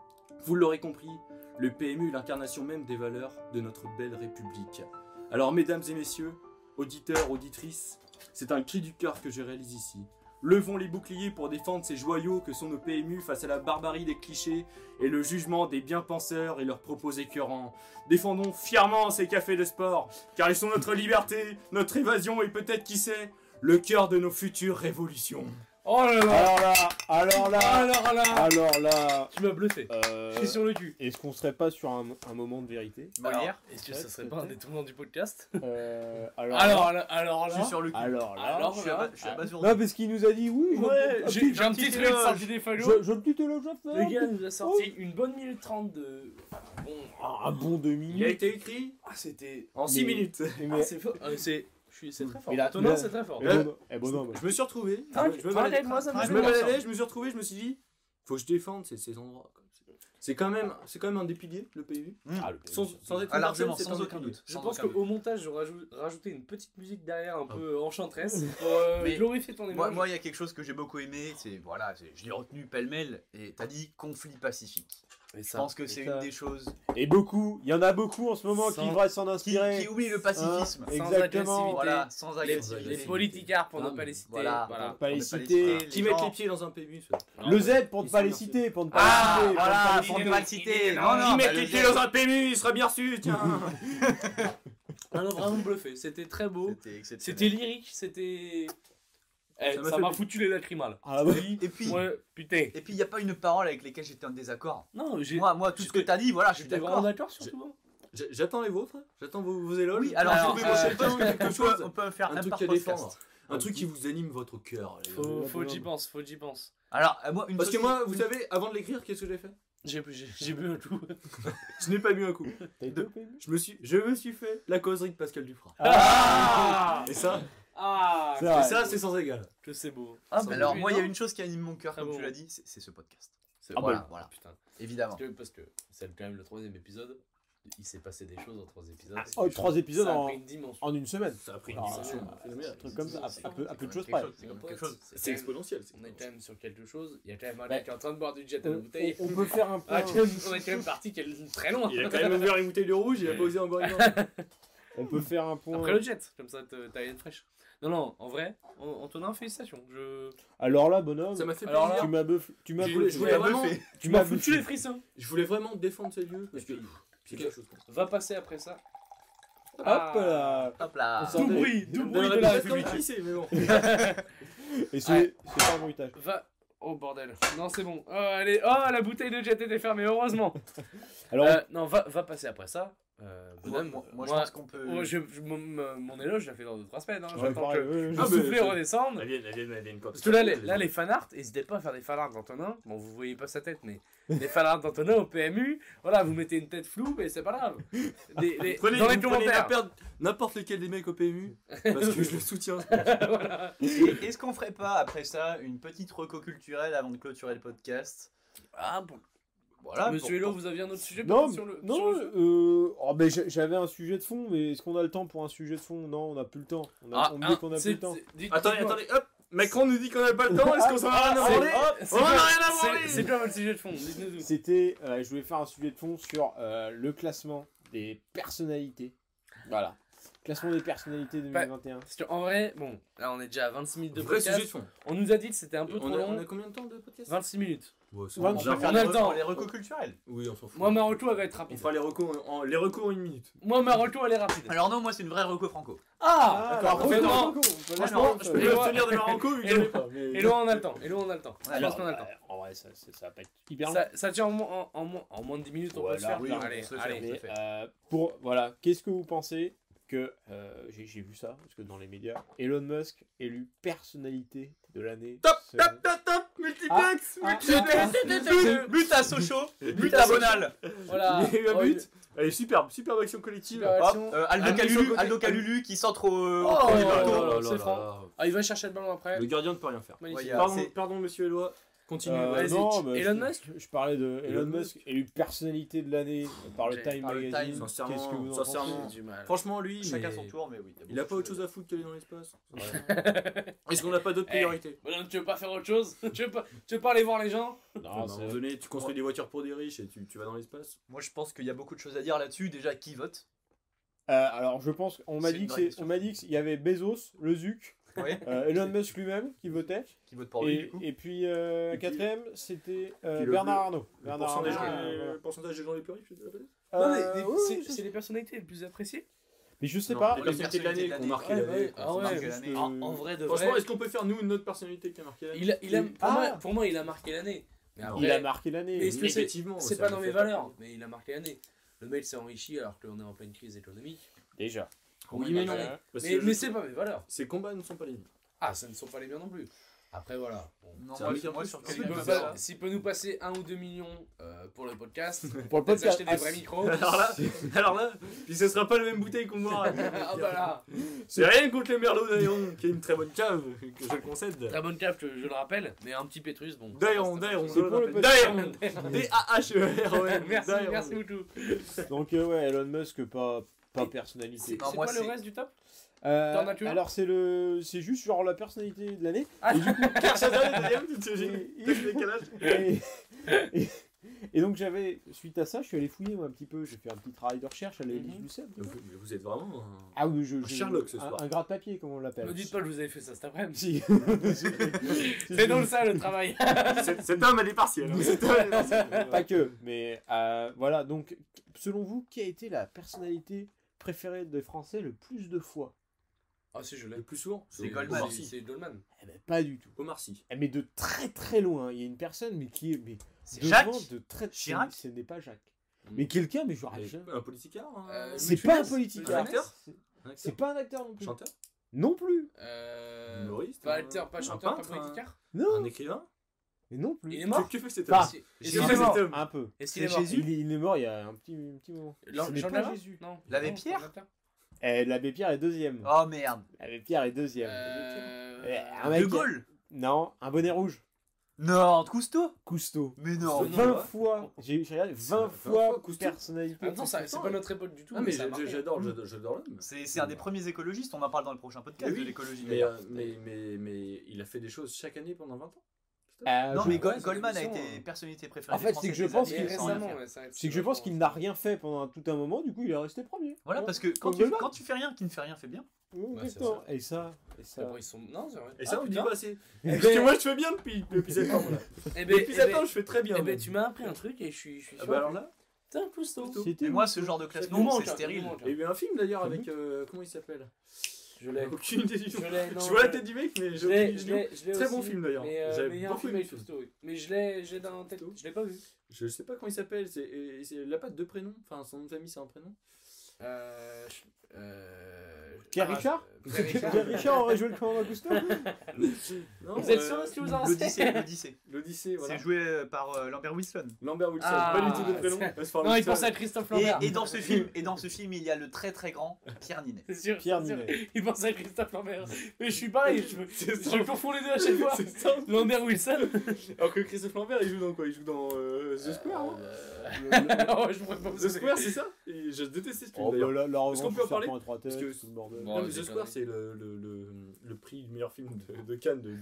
Vous l'aurez compris, le PMU est l'incarnation même des valeurs de notre belle République. Alors mesdames et messieurs, auditeurs, auditrices, c'est un cri du cœur que je réalise ici. Levons les boucliers pour défendre ces joyaux que sont nos PMU face à la barbarie des clichés et le jugement des bien-penseurs et leurs propos écœurants. Défendons fièrement ces cafés de sport, car ils sont notre liberté, notre évasion et peut-être, qui sait, le cœur de nos futures révolutions. Oh là là Alors là, alors Alors là, là alors là. Tu m'as bluffé. Je euh, suis sur le cul. Est-ce qu'on serait pas sur un, un moment de vérité Molière, Alors, Est-ce que ça serait pas un détournement du podcast Euh, Alors, Alors là, alors Bah, je suis là. sur le cul. alors là. alors je suis à là. bas- je suis à bas sur Non, parce qu'il nous a dit oui. j'ai un Ouais, petit- j'ai j'ai un petit truc éloge. sorti des falots. J'ai j'ai un petit éloge à faire. Le gars nous a sorti Oh. une bonne minute trente de. Bon. Ah, Un bon demi. Il a été écrit Ah, c'était. en 6 Mais- minutes. Ah, c'est fort. Ah, c'est. je suis- C'est très fort. Mais là- Antonin, là- ah, c'est très fort. Eh bonhomme, eh, bonhomme. Je me suis retrouvé. T'inquiète, je me baladais, t'inquiète, moi, ça me je fait me plaisir. baladais, je me suis retrouvé, je me suis dit, faut que je défende ces, ces endroits. quoi. C'est quand même, c'est quand même un des piliers, le PMU. Ah, le- Sans, sans être Ah, une largement, personne, c'est sans un aucun pilier. doute. Je sans pense aucun doute. qu'au montage, j'aurais rajou- rajouté une petite musique derrière un peu enchanteresse pour Mais- euh, glorifier ton Moi, éloge. moi, il y a quelque chose que j'ai beaucoup aimé, c'est voilà, c'est- je l'ai retenu pêle-mêle, et t'as dit conflit pacifique. Et Je pense que c'est ça. une des choses Et beaucoup, il y en a beaucoup en ce moment qui Sans- devraient s'en qui, inspirer. qui oublie le pacifisme. Hein, Sans exactement. agressivité. Voilà, sans les, agressivité. les politicards pour Non, ne pas les mais citer. Voilà, voilà. on pas est les pas les citer. citer, Qui les mettent gens. les pieds dans un PMU ceux. Le Z pour ne Ils pas sont les merci. citer, pour ne pas Ah, les citer. pour ne voilà, pas les pour citer. ne pas le citer. Il est Non, dans- non, Qui bah, mettent le les pieds Z, dans un PMU, il sera bien reçu, tiens. Non, non, vraiment bluffé. C'était très beau. C'était exceptionnel. C'était lyrique. C'était. Eh, Ça m'a ça fait m'a plaisir. foutu les lacrymales. Ah, bah, Et puis, Ouais, putain. et puis, il n'y a pas une parole avec laquelle j'étais en désaccord. Non, j'ai. Moi, moi, tout ce que t'as dit, voilà, je suis J'étais vraiment d'accord. d'accord sur Je- tout. J- J'attends les vôtres, j'attends vos, vos éloges. Oui, alors, Alors, je trouvez euh, chacun pense qu'on quelque peut- chose, on peut faire un truc par à podcast. défendre. Un truc qui vous anime votre cœur. les gars. Faut, faut que j'y pense, faut que j'y pense. Alors, euh, moi, une Parce que soci- moi, vous savez, avant de l'écrire, qu'est-ce que j'ai fait J'ai bu- j'ai- j'ai bu un coup. Je n'ai pas bu un coup. T'as De- été payé Je me suis, je me suis fait la causerie de Pascal Duprat. Ah Et ça, Ah C'est vrai. et ça, c'est sans égal. Que c'est beau. Ah, Ça bah me alors, plaît, moi, il y a non une chose qui anime mon cœur, Très comme bon. tu l'as dit, c'est c'est ce podcast. Ah C'est voilà, bon. voilà. Putain. Évidemment. Parce que, parce que c'est quand même le troisième épisode. Il s'est passé des choses en trois épisodes. Oh, trois épisodes Ça a en, pris une dimension. en une semaine. Ça a pris une Ah, dimension ouais. phénoménale. Un truc comme ça, à, à peu, à peu de choses Quelque près. chose, c'est quand même quelque chose. C'est quand même- exponentiel. c'est On est quand exponentiel. même sur quelque chose. Il y a quand même un Bah, mec qui est en train de boire du jet à la On, bouteille. on- on peut faire un Ah, point, quand même, on est quand même parti quel- très loin. Il a quand même ouvert une bouteille de rouge, il a pas osé en boire une autre. on peut faire un point. Après le jet, comme ça te- t'as une fraîche. Non, non, en vrai, An- Antonin, félicitations. Je... Alors là, bonhomme, Ça m'a fait Alors là, tu plaisir. m'as beuff- tu m'as Je beuffé. voulais, je voulais Tu m'as vraiment, bluffé. Tu Tu m'as m'as bouffé. foutu les frissons. je voulais vraiment défendre ces lieux parce que Et puis, c'est quelque chose. Va passer après ça. Hop Ah. là Hop là. On sort des- Ça me donnerait la peut-être envie de pisser, mais bon. Et c'est c'est pas un bruitage. Va. Oh bordel. Non, c'est bon. Oh, allez. Oh, la bouteille de jet était fermée, heureusement. Alors, Euh, non, va, va passer après ça. Euh, Moi, bonhomme, moi- moi, je moi- pense qu'on peut. moi, je- je- mon- mon mon éloge, je l'ai fait dans 2-3 semaines. Hein. ouais, J'attends pareil, que ouais, ouais, le Ah, euh, je- mais- soufflet redescende. Elle vient, elle vient, elle vient quoi Parce que là, les, là, les fanarts, n'hésitez pas à faire des fanarts d'Antonin. Bon, vous voyez pas sa tête, mais les fanarts d'Antonin au PMU, voilà, vous mettez une tête floue, mais c'est pas grave. Les- les- Prenez, dans les vous prenez la commentaires. perte n'importe lequel des mecs au PMU parce que je le soutiens. Voilà. Et- Est-ce qu'on ferait pas après ça une petite reco culturelle avant de clôturer le podcast Ah bon. Ah, Voilà. Monsieur Hello, pour- vous aviez un autre sujet Non, peut-être, sur le. non, sur le- euh, oh, ben, j'a- j'avais un sujet de fond, mais est-ce qu'on a le temps pour un sujet de fond Non, on n'a plus le temps. On, a, Ah, on me dit hein, qu'on n'a c'est- plus le temps. c'est- dites- attendez, dites-moi. attendez, hop Macron nous dit qu'on n'a pas le temps, est-ce qu'on s'en a rien à c'est- branler hop, On en a rien à c'est- branler C'est bien votre sujet de fond, dites-nous tout. C'était, euh, je voulais faire un sujet de fond sur euh, le classement des personnalités. Voilà. Classement des personnalités 2021. Parce que, en vrai, bon, là on est déjà à 26 minutes de Vrai podcast. sujet de fond. On nous a dit que c'était un peu On trop a, long. on a combien de temps de podcast 26 minutes. Ouais, c'est Ouais, bon, tu on va peux faire- on a le temps. les recos culturelles. Oui, on s'en fout. Moi, ma retour, elle va être On rapide. fera les recours en, en- les recours en une minute. Moi, ma retour, elle est rapide. Alors non, moi c'est une vraie reco franco. Ah Ah, la d'accord, reco- vraiment. reco- on peut la Franchement, faire, Je ça. peux Et me moi- tenir de ma renco, vu que Et j'en ai moi- pas. mais- Et là, on a le temps. Et là, on a le temps. Je Alors, pense qu'on a le temps. euh, En vrai, ça, ça, ça va pas être hyper long. Ça, ça tient en, moins- en, en moins- en moins de 10 minutes, on Ouais, peut se là, faire. euh, oui, on peut allez, se le faire. allez. Mais, tout à euh, pour voilà, qu'est-ce que vous pensez que euh, j'ai j'ai vu ça parce que dans les médias, Elon Musk élu personnalité de l'année. Top, selon- top, top, top Multiplex Ah, ah, Multiplex But, but à Sochaux, but à Bonal. Voilà. Il y a eu un Oh, but Allez, superbe, superbe action collective. Super Hop, action. euh, Aldo, Aldo Calulu, Calulu. Aldo Calulu qui centre au. au Oh, premier oh, poteau. oh, là, c'est franc. Ah, il va chercher le ballon après. Le gardien ne peut rien faire. Magnifique. Ouais, il y a- Pardon, c'est- pardon, monsieur Eloi. Continue. Euh, vas-y. non, mais Elon je- Musk je, parlais de Elon, Elon Musk, Musk. élu personnalité de l'année par le Ok, Time par le Magazine. Time, Qu'est-ce sincèrement, que vous en sincèrement. pensez Pardon. du mal. Franchement, lui, Chacun mais son tour, mais oui. y a Il a beaucoup pas de autre chose à foutre qu'aller dans l'espace. Est-ce qu'on n'a pas d'autres Eh. priorités Bonhomme, tu veux pas faire autre chose tu veux pas, tu veux pas aller voir les gens À un Non, moment Ah, c'est- donné, tu construis des voitures pour des riches et tu, tu vas dans l'espace. Moi je pense qu'il y a beaucoup de choses à dire là-dessus. Déjà, qui vote Euh, alors je pense qu'on m'a C'est dit une que vraie c'est- question. on m'a dit qu'il y avait Bezos, le Zuc, Ouais. euh, Elon Musk lui-même qui votait. Qui vote pour lui Et, Oh, du coup et puis euh, Et puis- quatrième, c'était euh, Puis le- Bernard Arnault. Le Bernard pourcentage, Arnault, Arnault, des, euh, voilà. le pourcentage des gens les plus riches de la planète Non, mais Euh, des- oui, c'est oui, c'est les personnalités les plus appréciées. Mais je sais Non, pas. Les les personnalités de l'année personnalités de qui ont marqué l'année. Ouais, l'année. ouais. quoi. Ah ouais. C'est marqué Parce l'année. que- En, en vrai de Franchement, vrai, est-ce qu'on peut faire nous notre personnalité qui a marqué l'année il a, il a- pour, Ah. moi, pour moi, il a marqué l'année. Mais Non. après, Il a marqué l'année. est-ce que c'est- Négativement, C'est ça pas me dans fait mes valeurs, mais il a marqué l'année. Le mail s'est enrichi alors qu'on est en pleine crise économique. Déjà. Oui, mais non. Euh, Parce Mais, que mais je- c'est pas mes valeurs. Ces combats ne sont pas les miens. Ah, ça ne sont pas les biens non plus. Après, voilà. Bon. Non, C'est moi, un sur- mec moi en sur plus. S'il quelqu'un Ouais, peut, comme bah, ça. pas- s'il peut nous passer un ou deux millions euh, pour le podcast, Pour le peut-être podcast. acheter des vrais micros. Alors là, alors là, puis ce sera pas la même bouteille qu'on boira. ah bah là, C'est rien contre les merlots d'Airon, qui est une très bonne cave, que je concède. très bonne cave, je je le rappelle, mais un petit pétrus, bon. D'Airon, d'Airon, C'est pour d'Airon, le podcast. d'Airon, D-A-H-E-R-O-N, Merci, d'Airon. merci beaucoup. Donc euh, ouais, Elon Musk pas pas Et- personnalité. C'est Non, c'est moi, quoi le c'est- reste du top Euh, t'en as plus un alors c'est le c'est juste genre la personnalité de l'année. Car ça donne deuxième, tu te dis, Et- le décalage. Et, et- et donc j'avais suite à ça, je suis allé fouiller moi, un petit peu, j'ai fait un petit travail de recherche à l'église Mhm. du CEP. Vous vous êtes vraiment. un- Ah oui, je, Un je- Sherlock, ce un- soir. Un, gratte-papier comme on l'appelle. Ne dites pas que vous avez fait ça cet après-midi. Si. C'est donc ça le travail. Cet Ah, cet homme, elle est partielle. hein. Cet homme, elle est partielle. Pas que, mais euh, voilà. Donc, selon vous, qui a été la personnalité préférée des Français le plus de fois Ah si, je l'ai. Le plus souvent, C'est Goldman. Omar Goldman. Sy. C'est Goldman. Eh ben, pas du tout. Omar Sy. Eh, Mais de très très loin, il y a une personne, mais qui est mais C'est devant Jacques de très Chirac Ce n'est pas Jacques. Mm. Mais quelqu'un, mais je Mais jamais. Un politicard hein Euh, C'est Louis pas un Funès politique. Un acteur C'est- Un acteur C'est pas un acteur non plus. Chanteur Non plus. Euh, Humoriste, Pas un- alter, pas un chanteur, peintre, pas un- politicard Un Non. écrivain Et non Il plus. est mort Que, que fait cet homme Ah, Est-ce Jésus qu'il est est mort cet homme Un peu. Est-ce qu'il C'est est mort Jésus Il, est- il est mort il y a un petit, un petit moment. L'an- Ce n'est Jean pas Gabin Jésus. Non. L'abbé Non, Pierre Jean Gabin. Eh, L'abbé Pierre est deuxième. Oh merde. L'abbé Pierre est deuxième. Eh, Euh, un mec de qui a- Gaulle Non, un bonnet rouge. Non, de Cousteau Cousteau. Mais non. Non, non, 20 ouais. fois, j'ai j'ai regardé, C'est pas 20 fois Cousteau. personnalité. Attends, ça- Ah c'est pas notre époque du tout. Ah, mais mais ça a j'ai- marqué. j'adore, j'adore, j'adore l'homme. C'est c'est un des premiers écologistes, on en parle dans le prochain podcast Oui, de l'écologie. Mais, d'ailleurs. euh, mais, mais, mais il a fait des choses chaque année pendant 20 ans. Euh, non, je- mais Gol- crois que c'est Goldman a une émission, été hein. personnalité préférée. En des fait, c'est Français que je des pense années Mais qu'il- récemment. récemment, ouais, vrai C'est que je pense qu'il n'a rien fait pendant un- tout un moment, du coup il est resté premier. Voilà, parce que quand Comme tu, Goldman. quand tu fais rien, qui ne fait rien fait bien. Ouais, Ouais, c'est exactement. Et ça, et ça. Bon, ils sont. Non, c'est vrai. Et ça, Ah, on dit putain. pas assez. Eh Parce que ben, moi, je fais bien depuis, depuis septembre. là. Eh ben, Depuis eh ben, septembre, je fais très bien. eh ben, même. tu m'as appris un truc et je suis. je suis Ah sûr bah que- alors là, Putain, Cousteau. c'était Et moi, ce genre de Ça classement, nous c'est manque, stérile. ça nous manque. il y a eu un film d'ailleurs C'est avec. euh, comment il s'appelle Je l'ai. Aucune idée du Je tout. l'ai. non, Je vois la je- tête du mec, mais Je j'ai l'ai, aucune je idée. l'ai, je l'ai Très aussi. bon film d'ailleurs. Mais, euh, J'avais mais il y a un beaucoup film aimé avec ce film. Cousteau, oui. Mais je l'ai, je l'ai dans la tête. Je l'ai pas vu. Je sais pas comment il s'appelle, c'est et- et c'est- il a pas de deux prénoms, enfin son nom de famille c'est un prénom. Euh, je- euh, Pierre ah, Richard euh, Pierre Richard. Richard aurait joué le commandant Cousteau Non, Vous êtes euh, sûr de ce que vous en savez L'Odyssée, l'Odyssée. L'Odyssée, voilà. C'est joué euh, par euh, Lambert Wilson. Lambert Wilson, Ah, pas du tout de prénom. c'est- parce que Non, il Wilson- pense à Christophe Et, Lambert. et dans ce film, et dans ce film, il y a le très très grand Pierre Ninet. C'est sûr, Pierre c'est sûr. Ninet. Il pense à Christophe Lambert. Mais je suis pareil, je, me- C'est ça. je confonds les deux à chaque fois. C'est ça. Lambert Wilson Alors que Christophe Lambert, il joue dans quoi Il joue dans euh, The Square, hein Le- Oh, je pourrais pas le- vous The Square, c'est ça Et je détestais ce film Oh bah d'ailleurs. là, là, Est-ce qu'on peut en parler trois têtes, Parce que- tout le bordel. Bon. Non, Oh, mais c'est The connerie. Square, c'est le, le, le, le prix du meilleur film de, de Cannes de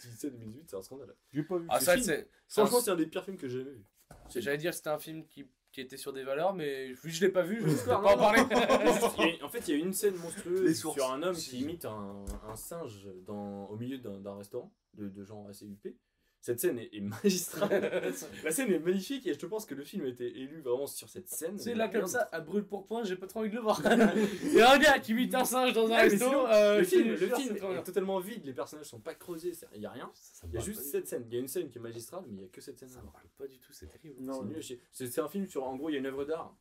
2017-2018, c'est un scandale. J'ai pas vu. Ah, Ce ça, film. c'est. Franchement, c'est un des pires films que j'ai jamais vu. c'est- J'allais dire c'était un film qui, qui était sur des valeurs, mais vu que je l'ai pas vu, je ne peux Square, pas en non, parler. Il y a- en fait, il y a une scène monstrueuse Les sources. sur un homme qui Si. imite un, un singe dans, au milieu d'un d'un restaurant de, de gens assez huppés. Cette scène est, est magistrale. La scène est magnifique et je pense que le film a été élu vraiment sur cette scène. C'est là comme ça, à brûle pour point, j'ai pas trop envie de le voir. Il y a un gars qui imite un singe dans un Ah, mais resto. sinon, euh, Le je te film, le jure, film c'est trop bien. est totalement vide, les personnages sont pas creusés, c'est- il y a rien. Il y a juste cette scène. Il y a une scène qui est magistrale, mais il y a que cette scène. Ça me parle pas du tout, c'est terrible. C'est nul à chier. C'est c'est un film sur. En gros, il y a une œuvre d'art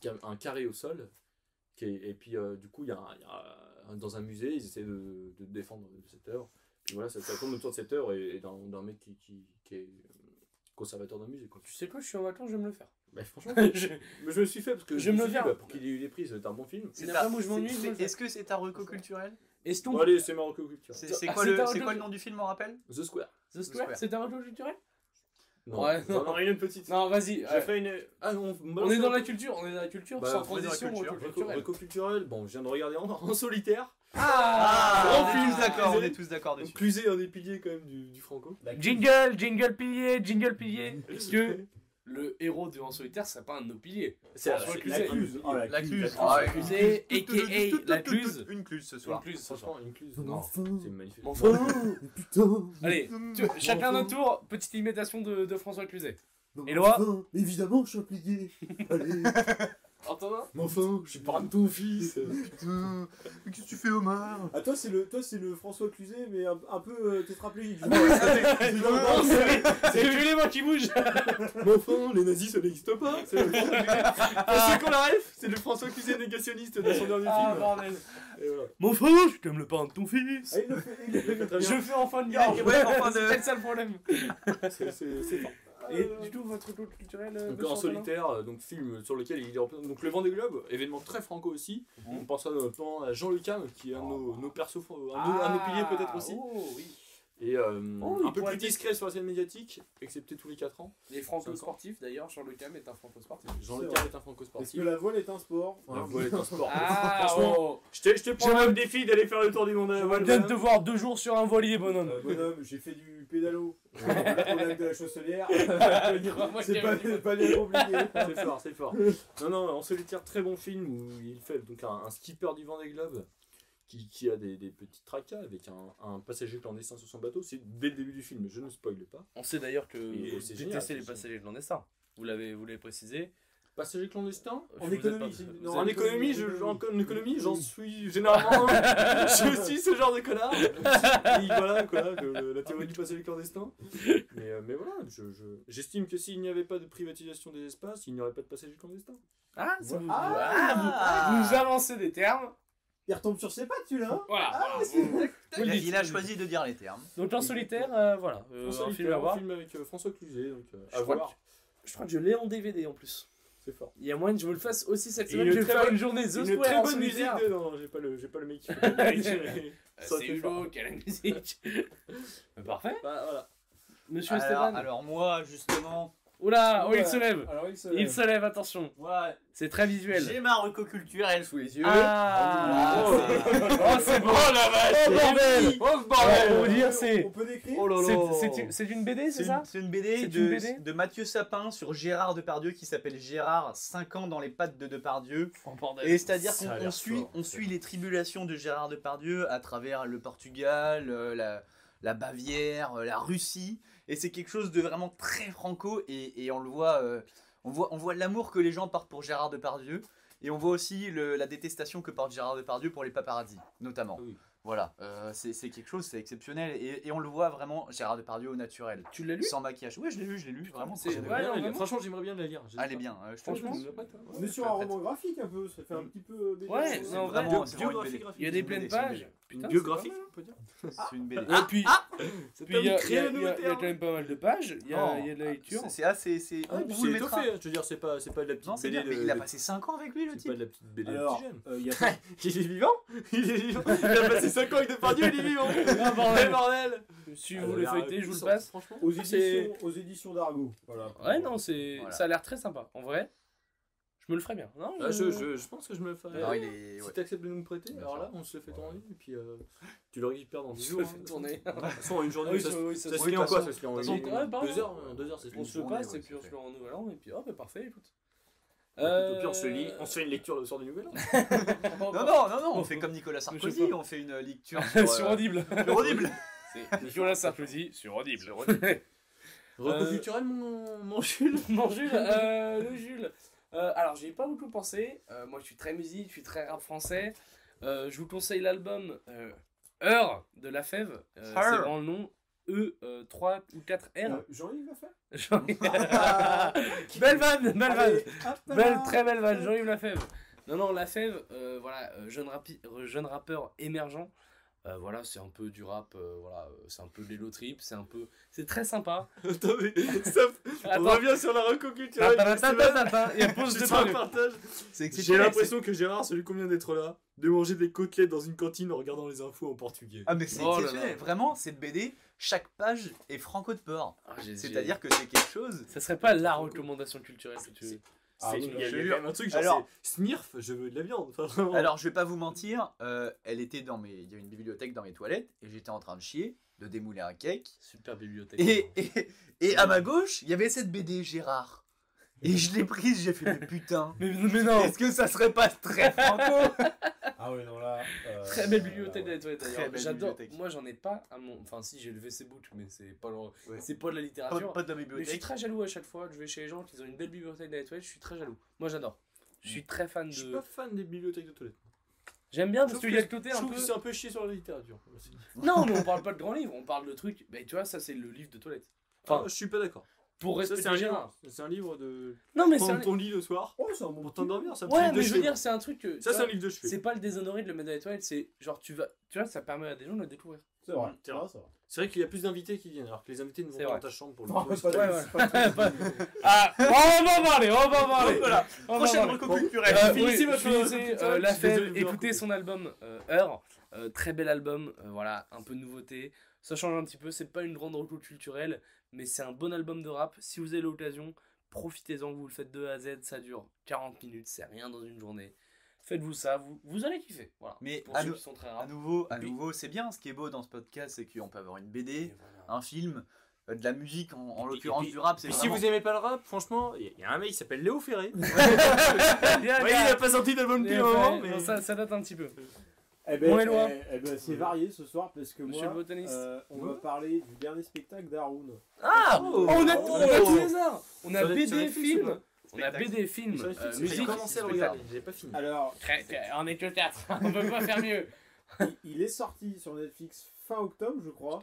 qui a un carré au sol. qui est- et puis, euh, du coup, il y a, un- il y a un- dans un musée, ils essaient de, de défendre cette œuvre. Puis voilà, ça, ça tourne autour de cette œuvre et, et d'un d'un mec qui, qui, qui est euh, conservateur d'un musée. Quoi. Tu sais quoi, je suis en vacances, je vais me le faire. Bah, franchement, Je- mais je me suis fait parce que Je me suis le dit, viens. bah, pour qu'il ait eu des prises, c'est un bon film. C'est C'est la ta- femme où je m'ennuie, c'est- je me le c'est- fais. Est-ce que c'est ta reco culturelle Est-ce Bon, ton allez, c'est Marocco Culture. C'est c'est Ah, quoi, c'est le- ta c'est reco- quoi le nom du film, on rappelle The Square. The Square, c'est un retour culturel Non, Ouais, non, non, il y en a une petite. Non, vas-y. J'ai ouais. fait une. Ah, on, On est dans la culture, on est dans la culture, Bah, sans on est dans la transition. culture, retour Reco- culturel. Reco culturel. Bon, je viens de regarder en, en solitaire. Ah, Ah, on est tous d'accord, on désolé. est tous d'accord Donc, dessus. Cluzet, un des piliers quand même du, du Franco. Jingle, jingle pilier, jingle pilier. Est-ce que le héros de En solitaire, c'est pas un de nos piliers C'est François c'est- Cluzet. la cluse. Oh, la- La cluse. Ah, Ouais. Cluzet, Tout- tout- tout- aka, tout- tout- la tout- Cluse. Une cluse ce Une soir. cluse, ce soir. Franchement, une cluse. Mon Non, enfant. c'est magnifique. Mon Oh, putain Allez, Mmh. tu- chacun notre tour, petite imitation de, de François Cluzet. Mon Éloi enfant, Évidemment, je suis plié Allez Entends Mais enfin, je parle de ton fils. Putain, mais qu'est-ce que tu fais, Omar Ah, toi, c'est le, toi, c'est le François Cluzet, mais un, un peu euh, tétraplégique. C'est que les mains qui bougent Mais enfin, les nazis, ça n'existe pas. C'est le François Cluzet. qu'on la ref, c'est le François Cluzet négationniste de son dernier Ah, film. bordel Et voilà. Mon frère, je t'aime le pain de ton fils Ah, il le fait, il le Il le fait très bien. Je fais enfin de garde Ouais, ouais, en fin de- C'est peut-être ça le problème Euh, C'est- C'est c'est fort. Et du coup, votre retour culturel euh, Donc monsieur en Antonin solitaire, euh, donc film sur lequel il est représenté. Donc le Vendée Globe, événement très franco aussi. Mhm. On pensera notamment à Jean Lucas, qui est un de nos, nos persos, fran- un, de nos- un de Ah, nos piliers peut-être aussi. Oh, oui. Et euh, Oh, il un peu pourrait plus être- discret sur la scène médiatique, excepté tous les 4 ans. Les franco-sportifs, d'ailleurs, Charles Le Cam est un franco-sportif. Jean C'est Lucas vrai. est un Est-ce franco-sportif. que la voile est un sport La voile est un sport. Ah, Franchement, oh. je te, je te prends J'aimerais- le défi d'aller faire le tour du monde à la voile. Peut-être voilà. te voir deux jours sur un voilier, bonhomme. Euh, voilà. Bonhomme, j'ai fait du pédalo. La problème de la chausselière. Moi, c'est j'ai pas, vu. pas bien compliqué. C'est fort, c'est fort. Non, non, en solitaire, très bon film où il fait donc un, un skipper du Vendée Globe qui, qui a des, des petits tracas avec un, un passager clandestin sur son bateau. C'est dès le début du film, je ne spoil pas. On sait d'ailleurs que Et vous c'est détestez génial, c'est les génial. passagers clandestins. Vous l'avez, vous l'avez précisé. Passager clandestin Je En vous ai économie, pas- c'est- vous non, en avez- économie, je, en con- économie, j'en suis généralement. je suis ce genre de connard. Et voilà, quoi, le- la théorie du passager clandestin. Mais, euh, mais voilà, je- je- j'estime que s'il n'y avait pas de privatisation des Ah. espaces, il n'y aurait pas de passager clandestin. Ah, ça vous... Ah, ah, vous- vous avancez des termes. Il retombe sur ses pattes, celui-là. hein. Voilà. Ah, voilà. c'est- Vous Il le a, dites. il a choisi de dire les termes. Donc l'en solitaire, euh, voilà. Euh, François un Mitterrand, film à voir. film avec euh, François Cluzet, donc euh, Je à crois voir. Je crois que je l'ai en DVD en plus. C'est fort. Il y a moyen que je vous le fasse aussi cette Et semaine. une Je vais très faire bonne- une journée The Une Square très en bonne musique solitaire. de... Non, j'ai pas le, j'ai pas le mec qui fait la musique. Euh, Ça, C'est c'est fort. Hulot qui a la musique. Bah, Parfait. Bah, voilà. Monsieur Alors, Stéphane. alors moi, justement, Oula, oh, Oula. il se lève. Alors, il se... Oh. Il se lève, attention. moi, C'est très visuel. j'ai ma reco culturelle sous les yeux. Ah, Ah, Oh, c'est bon. Oh la vache. Oh bordel. Oh bordel. Pour dire, c'est. On peut décrire Oh là c'est- là. c'est une- C'est une BD, C'est c'est une- ça c'est une, BD, C'est de, une BD de Mathieu Sapin sur Gérard Depardieu qui s'appelle Gérard 5 ans dans les pattes de Depardieu. Oh bordel. Et c'est-à-dire Ça a qu'on on l'air suit, fort, on ça. suit les tribulations de Gérard Depardieu à travers le Portugal, euh, la, la Bavière, euh, la Russie. Et c'est quelque chose de vraiment très franco et, et on le voit, euh, on voit, on voit l'amour que les gens portent pour Gérard Depardieu. Et on voit aussi le- la détestation que porte Gérard Depardieu pour les paparazzis, notamment. Oui. Voilà, euh, c'est c'est quelque chose, c'est exceptionnel. Et, et on le voit vraiment, Gérard Depardieu au naturel. Tu l'as lu Sans maquillage. Oui, je l'ai lu, je l'ai lu. Vraiment, c'est- j'aime ouais, bien. non, Bien, vraiment. Franchement, j'aimerais bien la lire. Ah, j'ai- Elle est bien. euh, je te- Franchement. Tu l'as pas, toi On est sur un roman graphique un peu, ça fait un petit peu. euh, BD. Ouais, C'est- non, en vrai, vraiment- c'est vraiment une Biographie BD. graphique. Il y a des BD, pleines c'est une pages. BD. Putain, c'est biographique, pas mal. on peut dire. C'est une BD. Et puis, Cet Puis il y homme a, crée il y a- un il y a- nouveau il y a terme. quand même pas mal de pages, il y a, Non, il y a de la lecture. C'est c'est assez. C'est. Ah, on puis vous c'est le mettra. étoffé, hein, je veux dire, c'est pas, c'est pas de la petite Non, c'est BD bien, de... mais il a passé 5 ans avec lui, le C'est pas type. de la petite BD de Alors, petit jeune. euh, il y a Il est vivant Il est vivant Il a passé 5 ans avec Depardieu, il est vivant Ah, bordel. Mais bordel Si Ah, vous voulez la feuilleter, je vous le puissance, passe. Franchement aux C'est- éditions, aux éditions d'Argo. Voilà. Ouais, non, c'est Voilà. ça a l'air très sympa. En vrai, je me le ferai bien. Non, Ah, je, je, je pense que je me le ferai. Non, il est. Si ouais. t'acceptes de nous le prêter, Bien alors sûr. là, on se le fait tourner, et puis euh, tu le récupères dans 10 Je jours. le hein. fais tourner. De toute façon, en une Ah journée, oui, ça ça- se oui, ça ça se se fait lit en de quoi toute Ça se lit en façon. une- Ouais, bah, deux heures, euh, deux heures, c'est On une se le journée, passe ouais, et puis ça on se fait. le rend au nouvel an et puis hop, oh, parfait, écoute. Bah, Au pire, on se lit, on se fait une lecture le soir du nouvel an. Euh, Non, non, non, non, on Oh. fait comme Nicolas sais Sarkozy, pas. on fait une lecture sur sur. euh, Audible. sur Audible. C'est Nicolas Sarkozy sur Audible. Reco Euh, culturel, mon, mon Jules Mon Jules, euh, le Jules. Euh, alors, j'y ai pas beaucoup pensé. Euh, moi, je suis très musique, je suis très rap français. Euh, je vous conseille l'album euh, Heure de La Fève. Euh, Heure. c'est vraiment le nom. E, 3 ou 4 Euh, R. Jean-Yves l'a fait J'en ai- belle vanne, belle vanne. Allez, hop là. Belle, très belle vanne, Jean-Yves Lafèvre. Non, non, Lafèvre, euh, voilà, euh, jeune, rapi- euh, jeune rappeur émergent. Euh, voilà, c'est un peu du rap, euh, voilà, euh, c'est un peu de l'élo trip, c'est un peu. C'est très sympa. Attends, mais ça- on Attends. revient sur la reco culturelle. Attends, attends, attends, attends, il y a pause Je de te la parole. partage. C'est J'ai exceptionnel. c'est- l'impression que Gérard, celui qu'on vient d'être là, de manger des côtelettes dans une cantine en regardant les infos en portugais. Ah, mais c'est Oh là exceptionnel. là. Vraiment, cette BD, chaque page est franco de port. Ah, j'ai- C'est-à-dire que c'est quelque chose. j'ai- Ça serait pas la recommandation culturelle que tu veux. Ah, C'est- oui, il y a, je il y a jure. quand même un truc, genre, Alors- c'est Smirf, je veux de la viande. Enfin, vraiment. Alors, je vais pas vous mentir, euh, elle était dans mes. Il y a une bibliothèque dans mes toilettes et j'étais en train de chier, de démouler un cake. Super bibliothèque. Et, et, et à ma gauche, il y avait cette BD Gérard. Et je l'ai prise, j'ai fait, mais putain, Mais, mais non est-ce que ça serait pas très franco Ah ouais, non, là. euh, Très belle bibliothèque là, de ouais. la toilette Très d'ailleurs. belle J'adore. bibliothèque. Moi j'en ai pas à mon. Enfin si j'ai le VC Book, mais c'est pas le- Ouais. c'est pas de la pas, littérature. Ah, pas de la Mais je suis bibliothèque. très jaloux à chaque fois. Je vais chez les gens qui ont une belle bibliothèque dans les toilettes. Je suis très jaloux. Moi, j'adore. Je suis très fan je suis de. pas fan des bibliothèques de toilettes. J'aime bien Je parce trouve qu'il y a le côté Je un trouve peu. que c'est un peu chier sur la littérature. aussi. Non, mais on parle pas de grands livres. On parle de trucs. Ben, tu vois, ça, c'est le livre de toilette. Enfin, Ah, je suis pas d'accord. Pour Ça, respecter c'est un Gérard. livre. C'est un livre de. Non, mais c'est Prendre un. ton lit le soir Oh, c'est un bon pour petit- t'endormir. ça me fait Ouais, de mais je veux chevet. dire, c'est un truc que. Ça, tu c'est un vois, livre de cheveux. c'est pas le déshonoré de le mettre dans les toilettes. C'est genre, tu vas. Tu vois, ça permet à des gens de le découvrir. C'est vrai. Ah, C'est C'est vrai. vrai, ça. C'est vrai qu'il y a plus d'invités qui viennent, alors que les invités ne vont C'est pas dans vrai. ta chambre pour le Non, coup. pas de- ouais. c'est pas de- Ah, on va en parler. On va en parler. Voilà, on va en prochaine parler. reco Bon. culturelle. Euh, Finissez oui, votre- finissez, votre- euh, votre- la je suis désolé fève, de vous avoir écoutez son album euh, Heure, Euh, très bel album, euh, voilà, un peu de nouveauté, ça change un petit peu, c'est pas une grande recul culturelle, mais c'est un bon album de rap, si vous avez l'occasion, profitez-en, vous le faites de A à Z, ça dure 40 minutes, c'est rien dans une journée, faites-vous ça, vous, vous allez kiffer, voilà, Mais pour à ceux nous- qui sont très À rap. nouveau, à Oui. nouveau, c'est bien. Ce qui est beau dans ce podcast, c'est qu'on peut avoir une Et BD, voilà. un film, euh, de la musique, en, en Et puis- l'occurrence et puis- du rap. C'est Et si vraiment- vous aimez pas le rap, franchement, il y, a un mec qui s'appelle Léo Ferré. Bien, Ouais, bien. il a pas sorti d'album depuis Et un moment, après, hein, mais. non, ça, ça date un petit peu. Eh ben, Bon, Éloi. eh- eh ben, c'est varié ce soir parce que Monsieur le moi, botaniste. euh, on Ouais. va parler du dernier spectacle d'Arun. Ah Oh, on, a, oh, on a tous les arts On a Sur Netflix, BD, sur Netflix, ou film pas On a BD, film, Sur Netflix, euh, c'est- J'ai musique, commencé à le spectacle. regarder, j'ai pas fini. Alors, Très- très- on est que 4, on peut pas faire mieux. il, il est sorti sur Netflix fin octobre, je crois.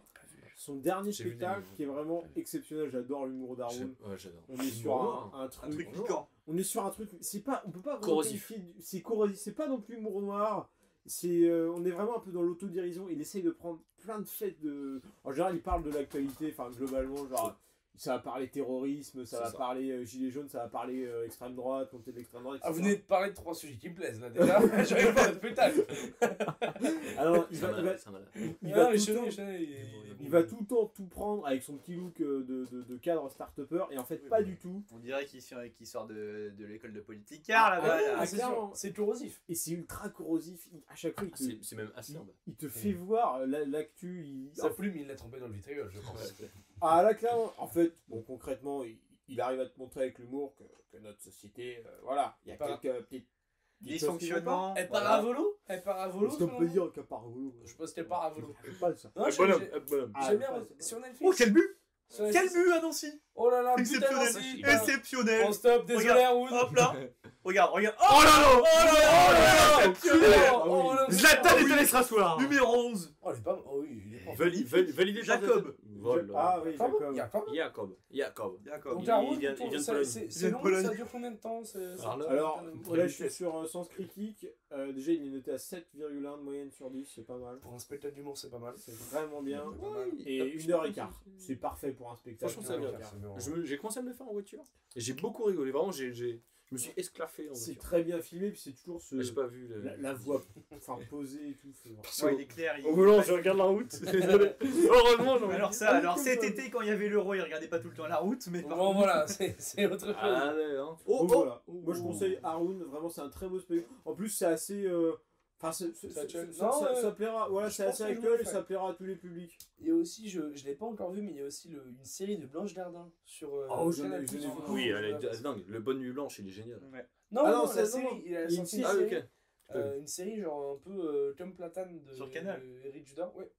Son dernier J'ai vu des spectacle nouveaux. qui est vraiment exceptionnel. J'adore l'humour d'Arun. Ouais, j'adore. Ah, On est sur un, un un truc. Ah, truc piquant. On est sur un truc. C'est pas. On peut pas. vraiment Corrosif. qualifier du- C'est corrosif. C'est pas non plus humour noir. c'est, euh, on est vraiment un peu dans l'autodérision. Il essaye de prendre plein de faits de. En général, il parle de l'actualité, enfin globalement, genre. Ça va parler terrorisme, ça C'est va ça. parler euh, gilets jaunes, ça va parler euh, extrême droite, montée de l'extrême droite. Ah, vous etc. venez de parler de trois sujets qui me plaisent là déjà. J'arrive pas à être pétale. Alors, Ah, il C'est un va, il va, malade, c'est un malade. il Ah va non, Ah, mais tout le Chenet, temps- Chenet, il- il va tout le temps tout prendre avec son petit look euh, de, de, de cadre start-upper et en fait pas du tout. On dirait qu'il sort, qu'il sort de, de l'école de politique. Car là, Ah, voilà. ouais. c'est clairement. sûr, c'est corrosif. Et c'est ultra corrosif. Il- à chaque fois, il Ah, te, C'est c'est même acerbe. il te fait voir euh, la- l'actu. il- Sa plume, il l'a trompé dans le vitriol, je Ouais. pense. Ah là, clairement, en fait, bon, concrètement, il, il arrive à te montrer avec l'humour que, que notre société, euh, voilà, il y a Par- quelques petites. Les fonctionnements. fonctionnements. Elle part voilà. à volo Elle part à volo Est-ce qu'on selon peut vous dire qu'à parabolo Je pense qu'elle part à volo. Je sais euh, pas ça. Hein Non, je- Bonhomme, j'ai- Ah, j'aime bien. ouais, ouais. c'est- Sur Netflix. Oh, quel but sur Netflix. Quel but à Nancy Oh là là, putain, Nancy. Exceptionnel Exceptionnel On stop, désolé, Regarde. Arwood. Hop là Regarde, regarde Oh là là Oh là là Exceptionnel Oh, Ah, oh, là, Zlatan oh, est oui. allé se rasseoir Numéro 11 Oh, il est pas. Oh oui, il est pas. Vali- val- Validé par Jacob. Voilà. Ah oui, Ah bon Jacob. Il y a quoi Jacob. Jacob. D'accord. Donc Il- Arwood, il vient- il plutôt, vient de ça- Pologne. c'est- Il c'est vient de long, Pologne. ça dure combien de temps c'est- ça- Alors, Alors, Pour là, je suis sur euh, Sens Critique. euh, déjà, il est noté à 7,1 de moyenne sur 10, c'est pas mal. un spectacle d'humour, c'est pas mal. C'est vraiment bien. pas mal. Et Ah, une heure et quart. C'est parfait pour un spectacle. Franchement, ça Une heure vient. et quart. C'est bon. Je me- J'ai commencé à me le faire en voiture. Et J'ai beaucoup rigolé. Vraiment, j'ai- j'ai- je me suis esclaffé en C'est voiture. très bien filmé, puis c'est toujours ce, J'ai pas euh, vu. le- Euh, la, la voix enfin, posée et tout. c'est vraiment- Parce que- Ouais, il est clair. il- Au volant, je regarde la route. Désolé. Heureusement, j'en Alors ça, alors cet été quand il y avait l'euro, il regardait pas tout le temps la route, mais par Bon, voilà, c'est c'est autre chose. Ah, ouais, hein. Oh, Donc oh voilà. Moi je conseille Haroun, vraiment c'est un très beau spectacle. En plus c'est assez... euh, Enfin c'est- c'est- Ça c'est- tient- ça- non, ça- ouais. ça plaira, voilà Je c'est pense que assez je vais actuel le et faire. ça plaira à tous les publics. Il y a aussi, je ne l'ai pas encore vu, mais il y a aussi le- une série de Blanche Gardin sur. euh, Oh, j'en ai- Canal+. j'en ai vu. Oui, elle est elle est dingue. Le Bonne Nuit Blanche, il est génial. Non, Ah non, non, la c'est- non, série, non. il a Il y a sorti une une Ah, série, ok. euh, une série genre un peu euh, comme Platane de, Sur Canal. de Eric Judor, ouais.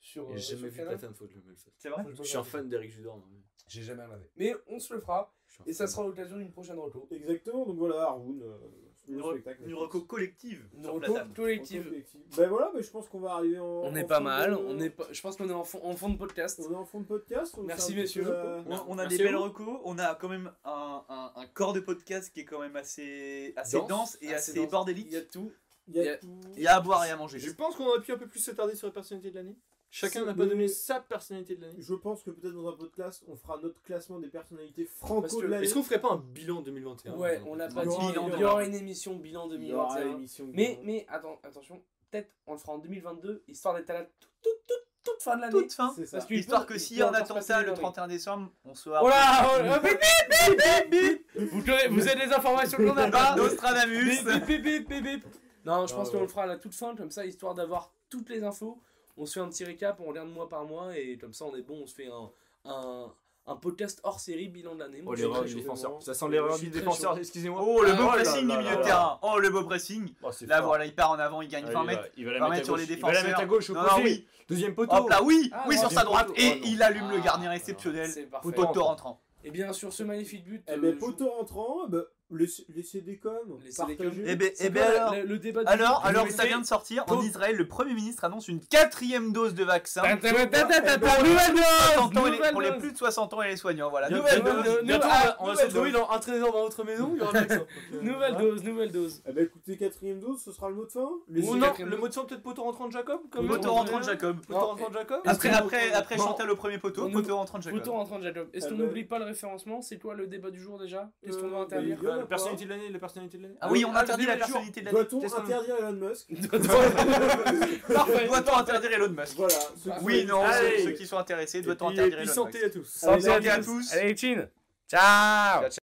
Sur, euh, J'ai jamais sur vu Canal. Platane Faute le même C'est vrai Je suis un fan d'Eric Judor. moi. J'ai jamais regardé. Mais on se le fera, Je suis un et ça fan. sera l'occasion d'une prochaine reco. Exactement, donc voilà Haroun, euh, Une, le re- spectacle. une reco collective Une sur reco Platane. collective. Ben voilà, mais je pense qu'on va arriver en... On est en pas fin mal, de- euh, on est pas, je pense qu'on est en fond, en fond de podcast. On est en fond de podcast. donc Merci, c'est un petit messieurs. peu, euh, On, on a Merci des belles à vous. recos, on a quand même un, un- un corps de podcast qui est quand même assez, assez Dense, dense et assez assez, dense. bordélique. Il y a tout. Il y Il y a a- tout. Il y a à boire et à manger. Je pense qu'on aurait pu un peu plus s'attarder sur la personnalité de l'année. Chacun C'est- n'a pas donné mais- sa personnalité de l'année. Je pense que peut-être dans un podcast, on fera notre classement des personnalités franco Parce que- de l'année. Est-ce qu'on ferait pas un hein bilan 2021 Ouais, on l'a pas Il y dit. aura- Il il y y aura une émission bilan Il y aura 2021. l'émission Mais, de- mais attends, attention, peut-être on le fera en 2022, histoire d'être à la toute, toute, toute, toute fin de l'année. Toute fin. C'est ça. hein, Parce qu'il Histoire peut- que il si peut on encore attend passer ça des le années. 31 décembre, on soit Oh là oh là, bip, bip, bip, bip, bip. vous, connaissez- vous avez des informations qu'on n'a pas Nostradamus. Bip, bip, bip, bip, bip, bip. Non, je Ah pense ouais. qu'on le fera à la toute fin, comme ça, histoire d'avoir toutes les infos. On se fait un petit récap, on regarde mois par mois, et comme ça on est bon, on se fait un, un, un podcast hors série bilan de l'année. Moi, je suis très chaud. Ça sent l'erreur du défenseur, excusez-moi. Oh le beau Ah, là, pressing là, du là, milieu de là. terrain. Oh le beau pressing. Là voilà, il part en avant, il gagne 20 mètres. Il va la 20 mettre à mètres sur gauche. les Il va la mettre à gauche Non, non, oui. Deuxième Hop là, oui. Ah, Oui, ouais. sur sa droite. poteau. Et Oh, non. il allume le Ah, gardien alors. exceptionnel. C'est parfait. Poteau rentrant. Et bien sur ce magnifique but, Eh euh, ben, je- poteau rentrant, ben, laissez, laissez des coms. Laissez des partagez. coms. Eh ben, c'est eh ben quoi la- alors. la- le débat du jour Alors, Vous alors mettez- ça vient de sortir. En Poteau. Israël, le Premier ministre annonce une quatrième dose de vaccin. Ta- ta- ta- ta- ta- ta- Pour les nouvelle dose, 60 ans et les- nouvelle pour les dose. plus de 60 ans et les soignants, voilà. Bien- Nouvelle bien- dose. bien- Bientôt, Ah, on va- on va se nouvelle retrouver dose. dans un trésor dans votre maison. Il y aura le vaccin. Ah. Nouvelle dose, nouvelle dose. Eh ben, écoutez, quatrième dose, ce sera le mot de fin. Laissez- Ou c'est non, quatrième le dose. mot de son peut-être poteau rentrant de Jacob comme Poteau on rentrant de dirait. Jacob. Poteau rentrant de Jacob Après, après, après Bon. Chantal au premier poteau, On poteau rentrant de Jacob. Retour en train de Jacob. Est-ce Ah qu'on ben. n'oublie pas le référencement C'est quoi le débat du jour déjà Qu'est-ce qu'on doit Euh, interdire ben, La personnalité de l'année, la personnalité de l'année. Ah oui, on Ah, interdit la le jour. personnalité de l'année. Doit-on Qu'est-ce qu'on- interdire Elon Musk Parfait. Doit-on interdire Elon Musk Voilà. ceux qui- Bah, Oui, non, Allez. ceux ceux qui sont intéressés, doit-on Et puis- interdire et puis Elon Musk santé à tous. Allez, Santé à merci. tous Allez, Chin Ciao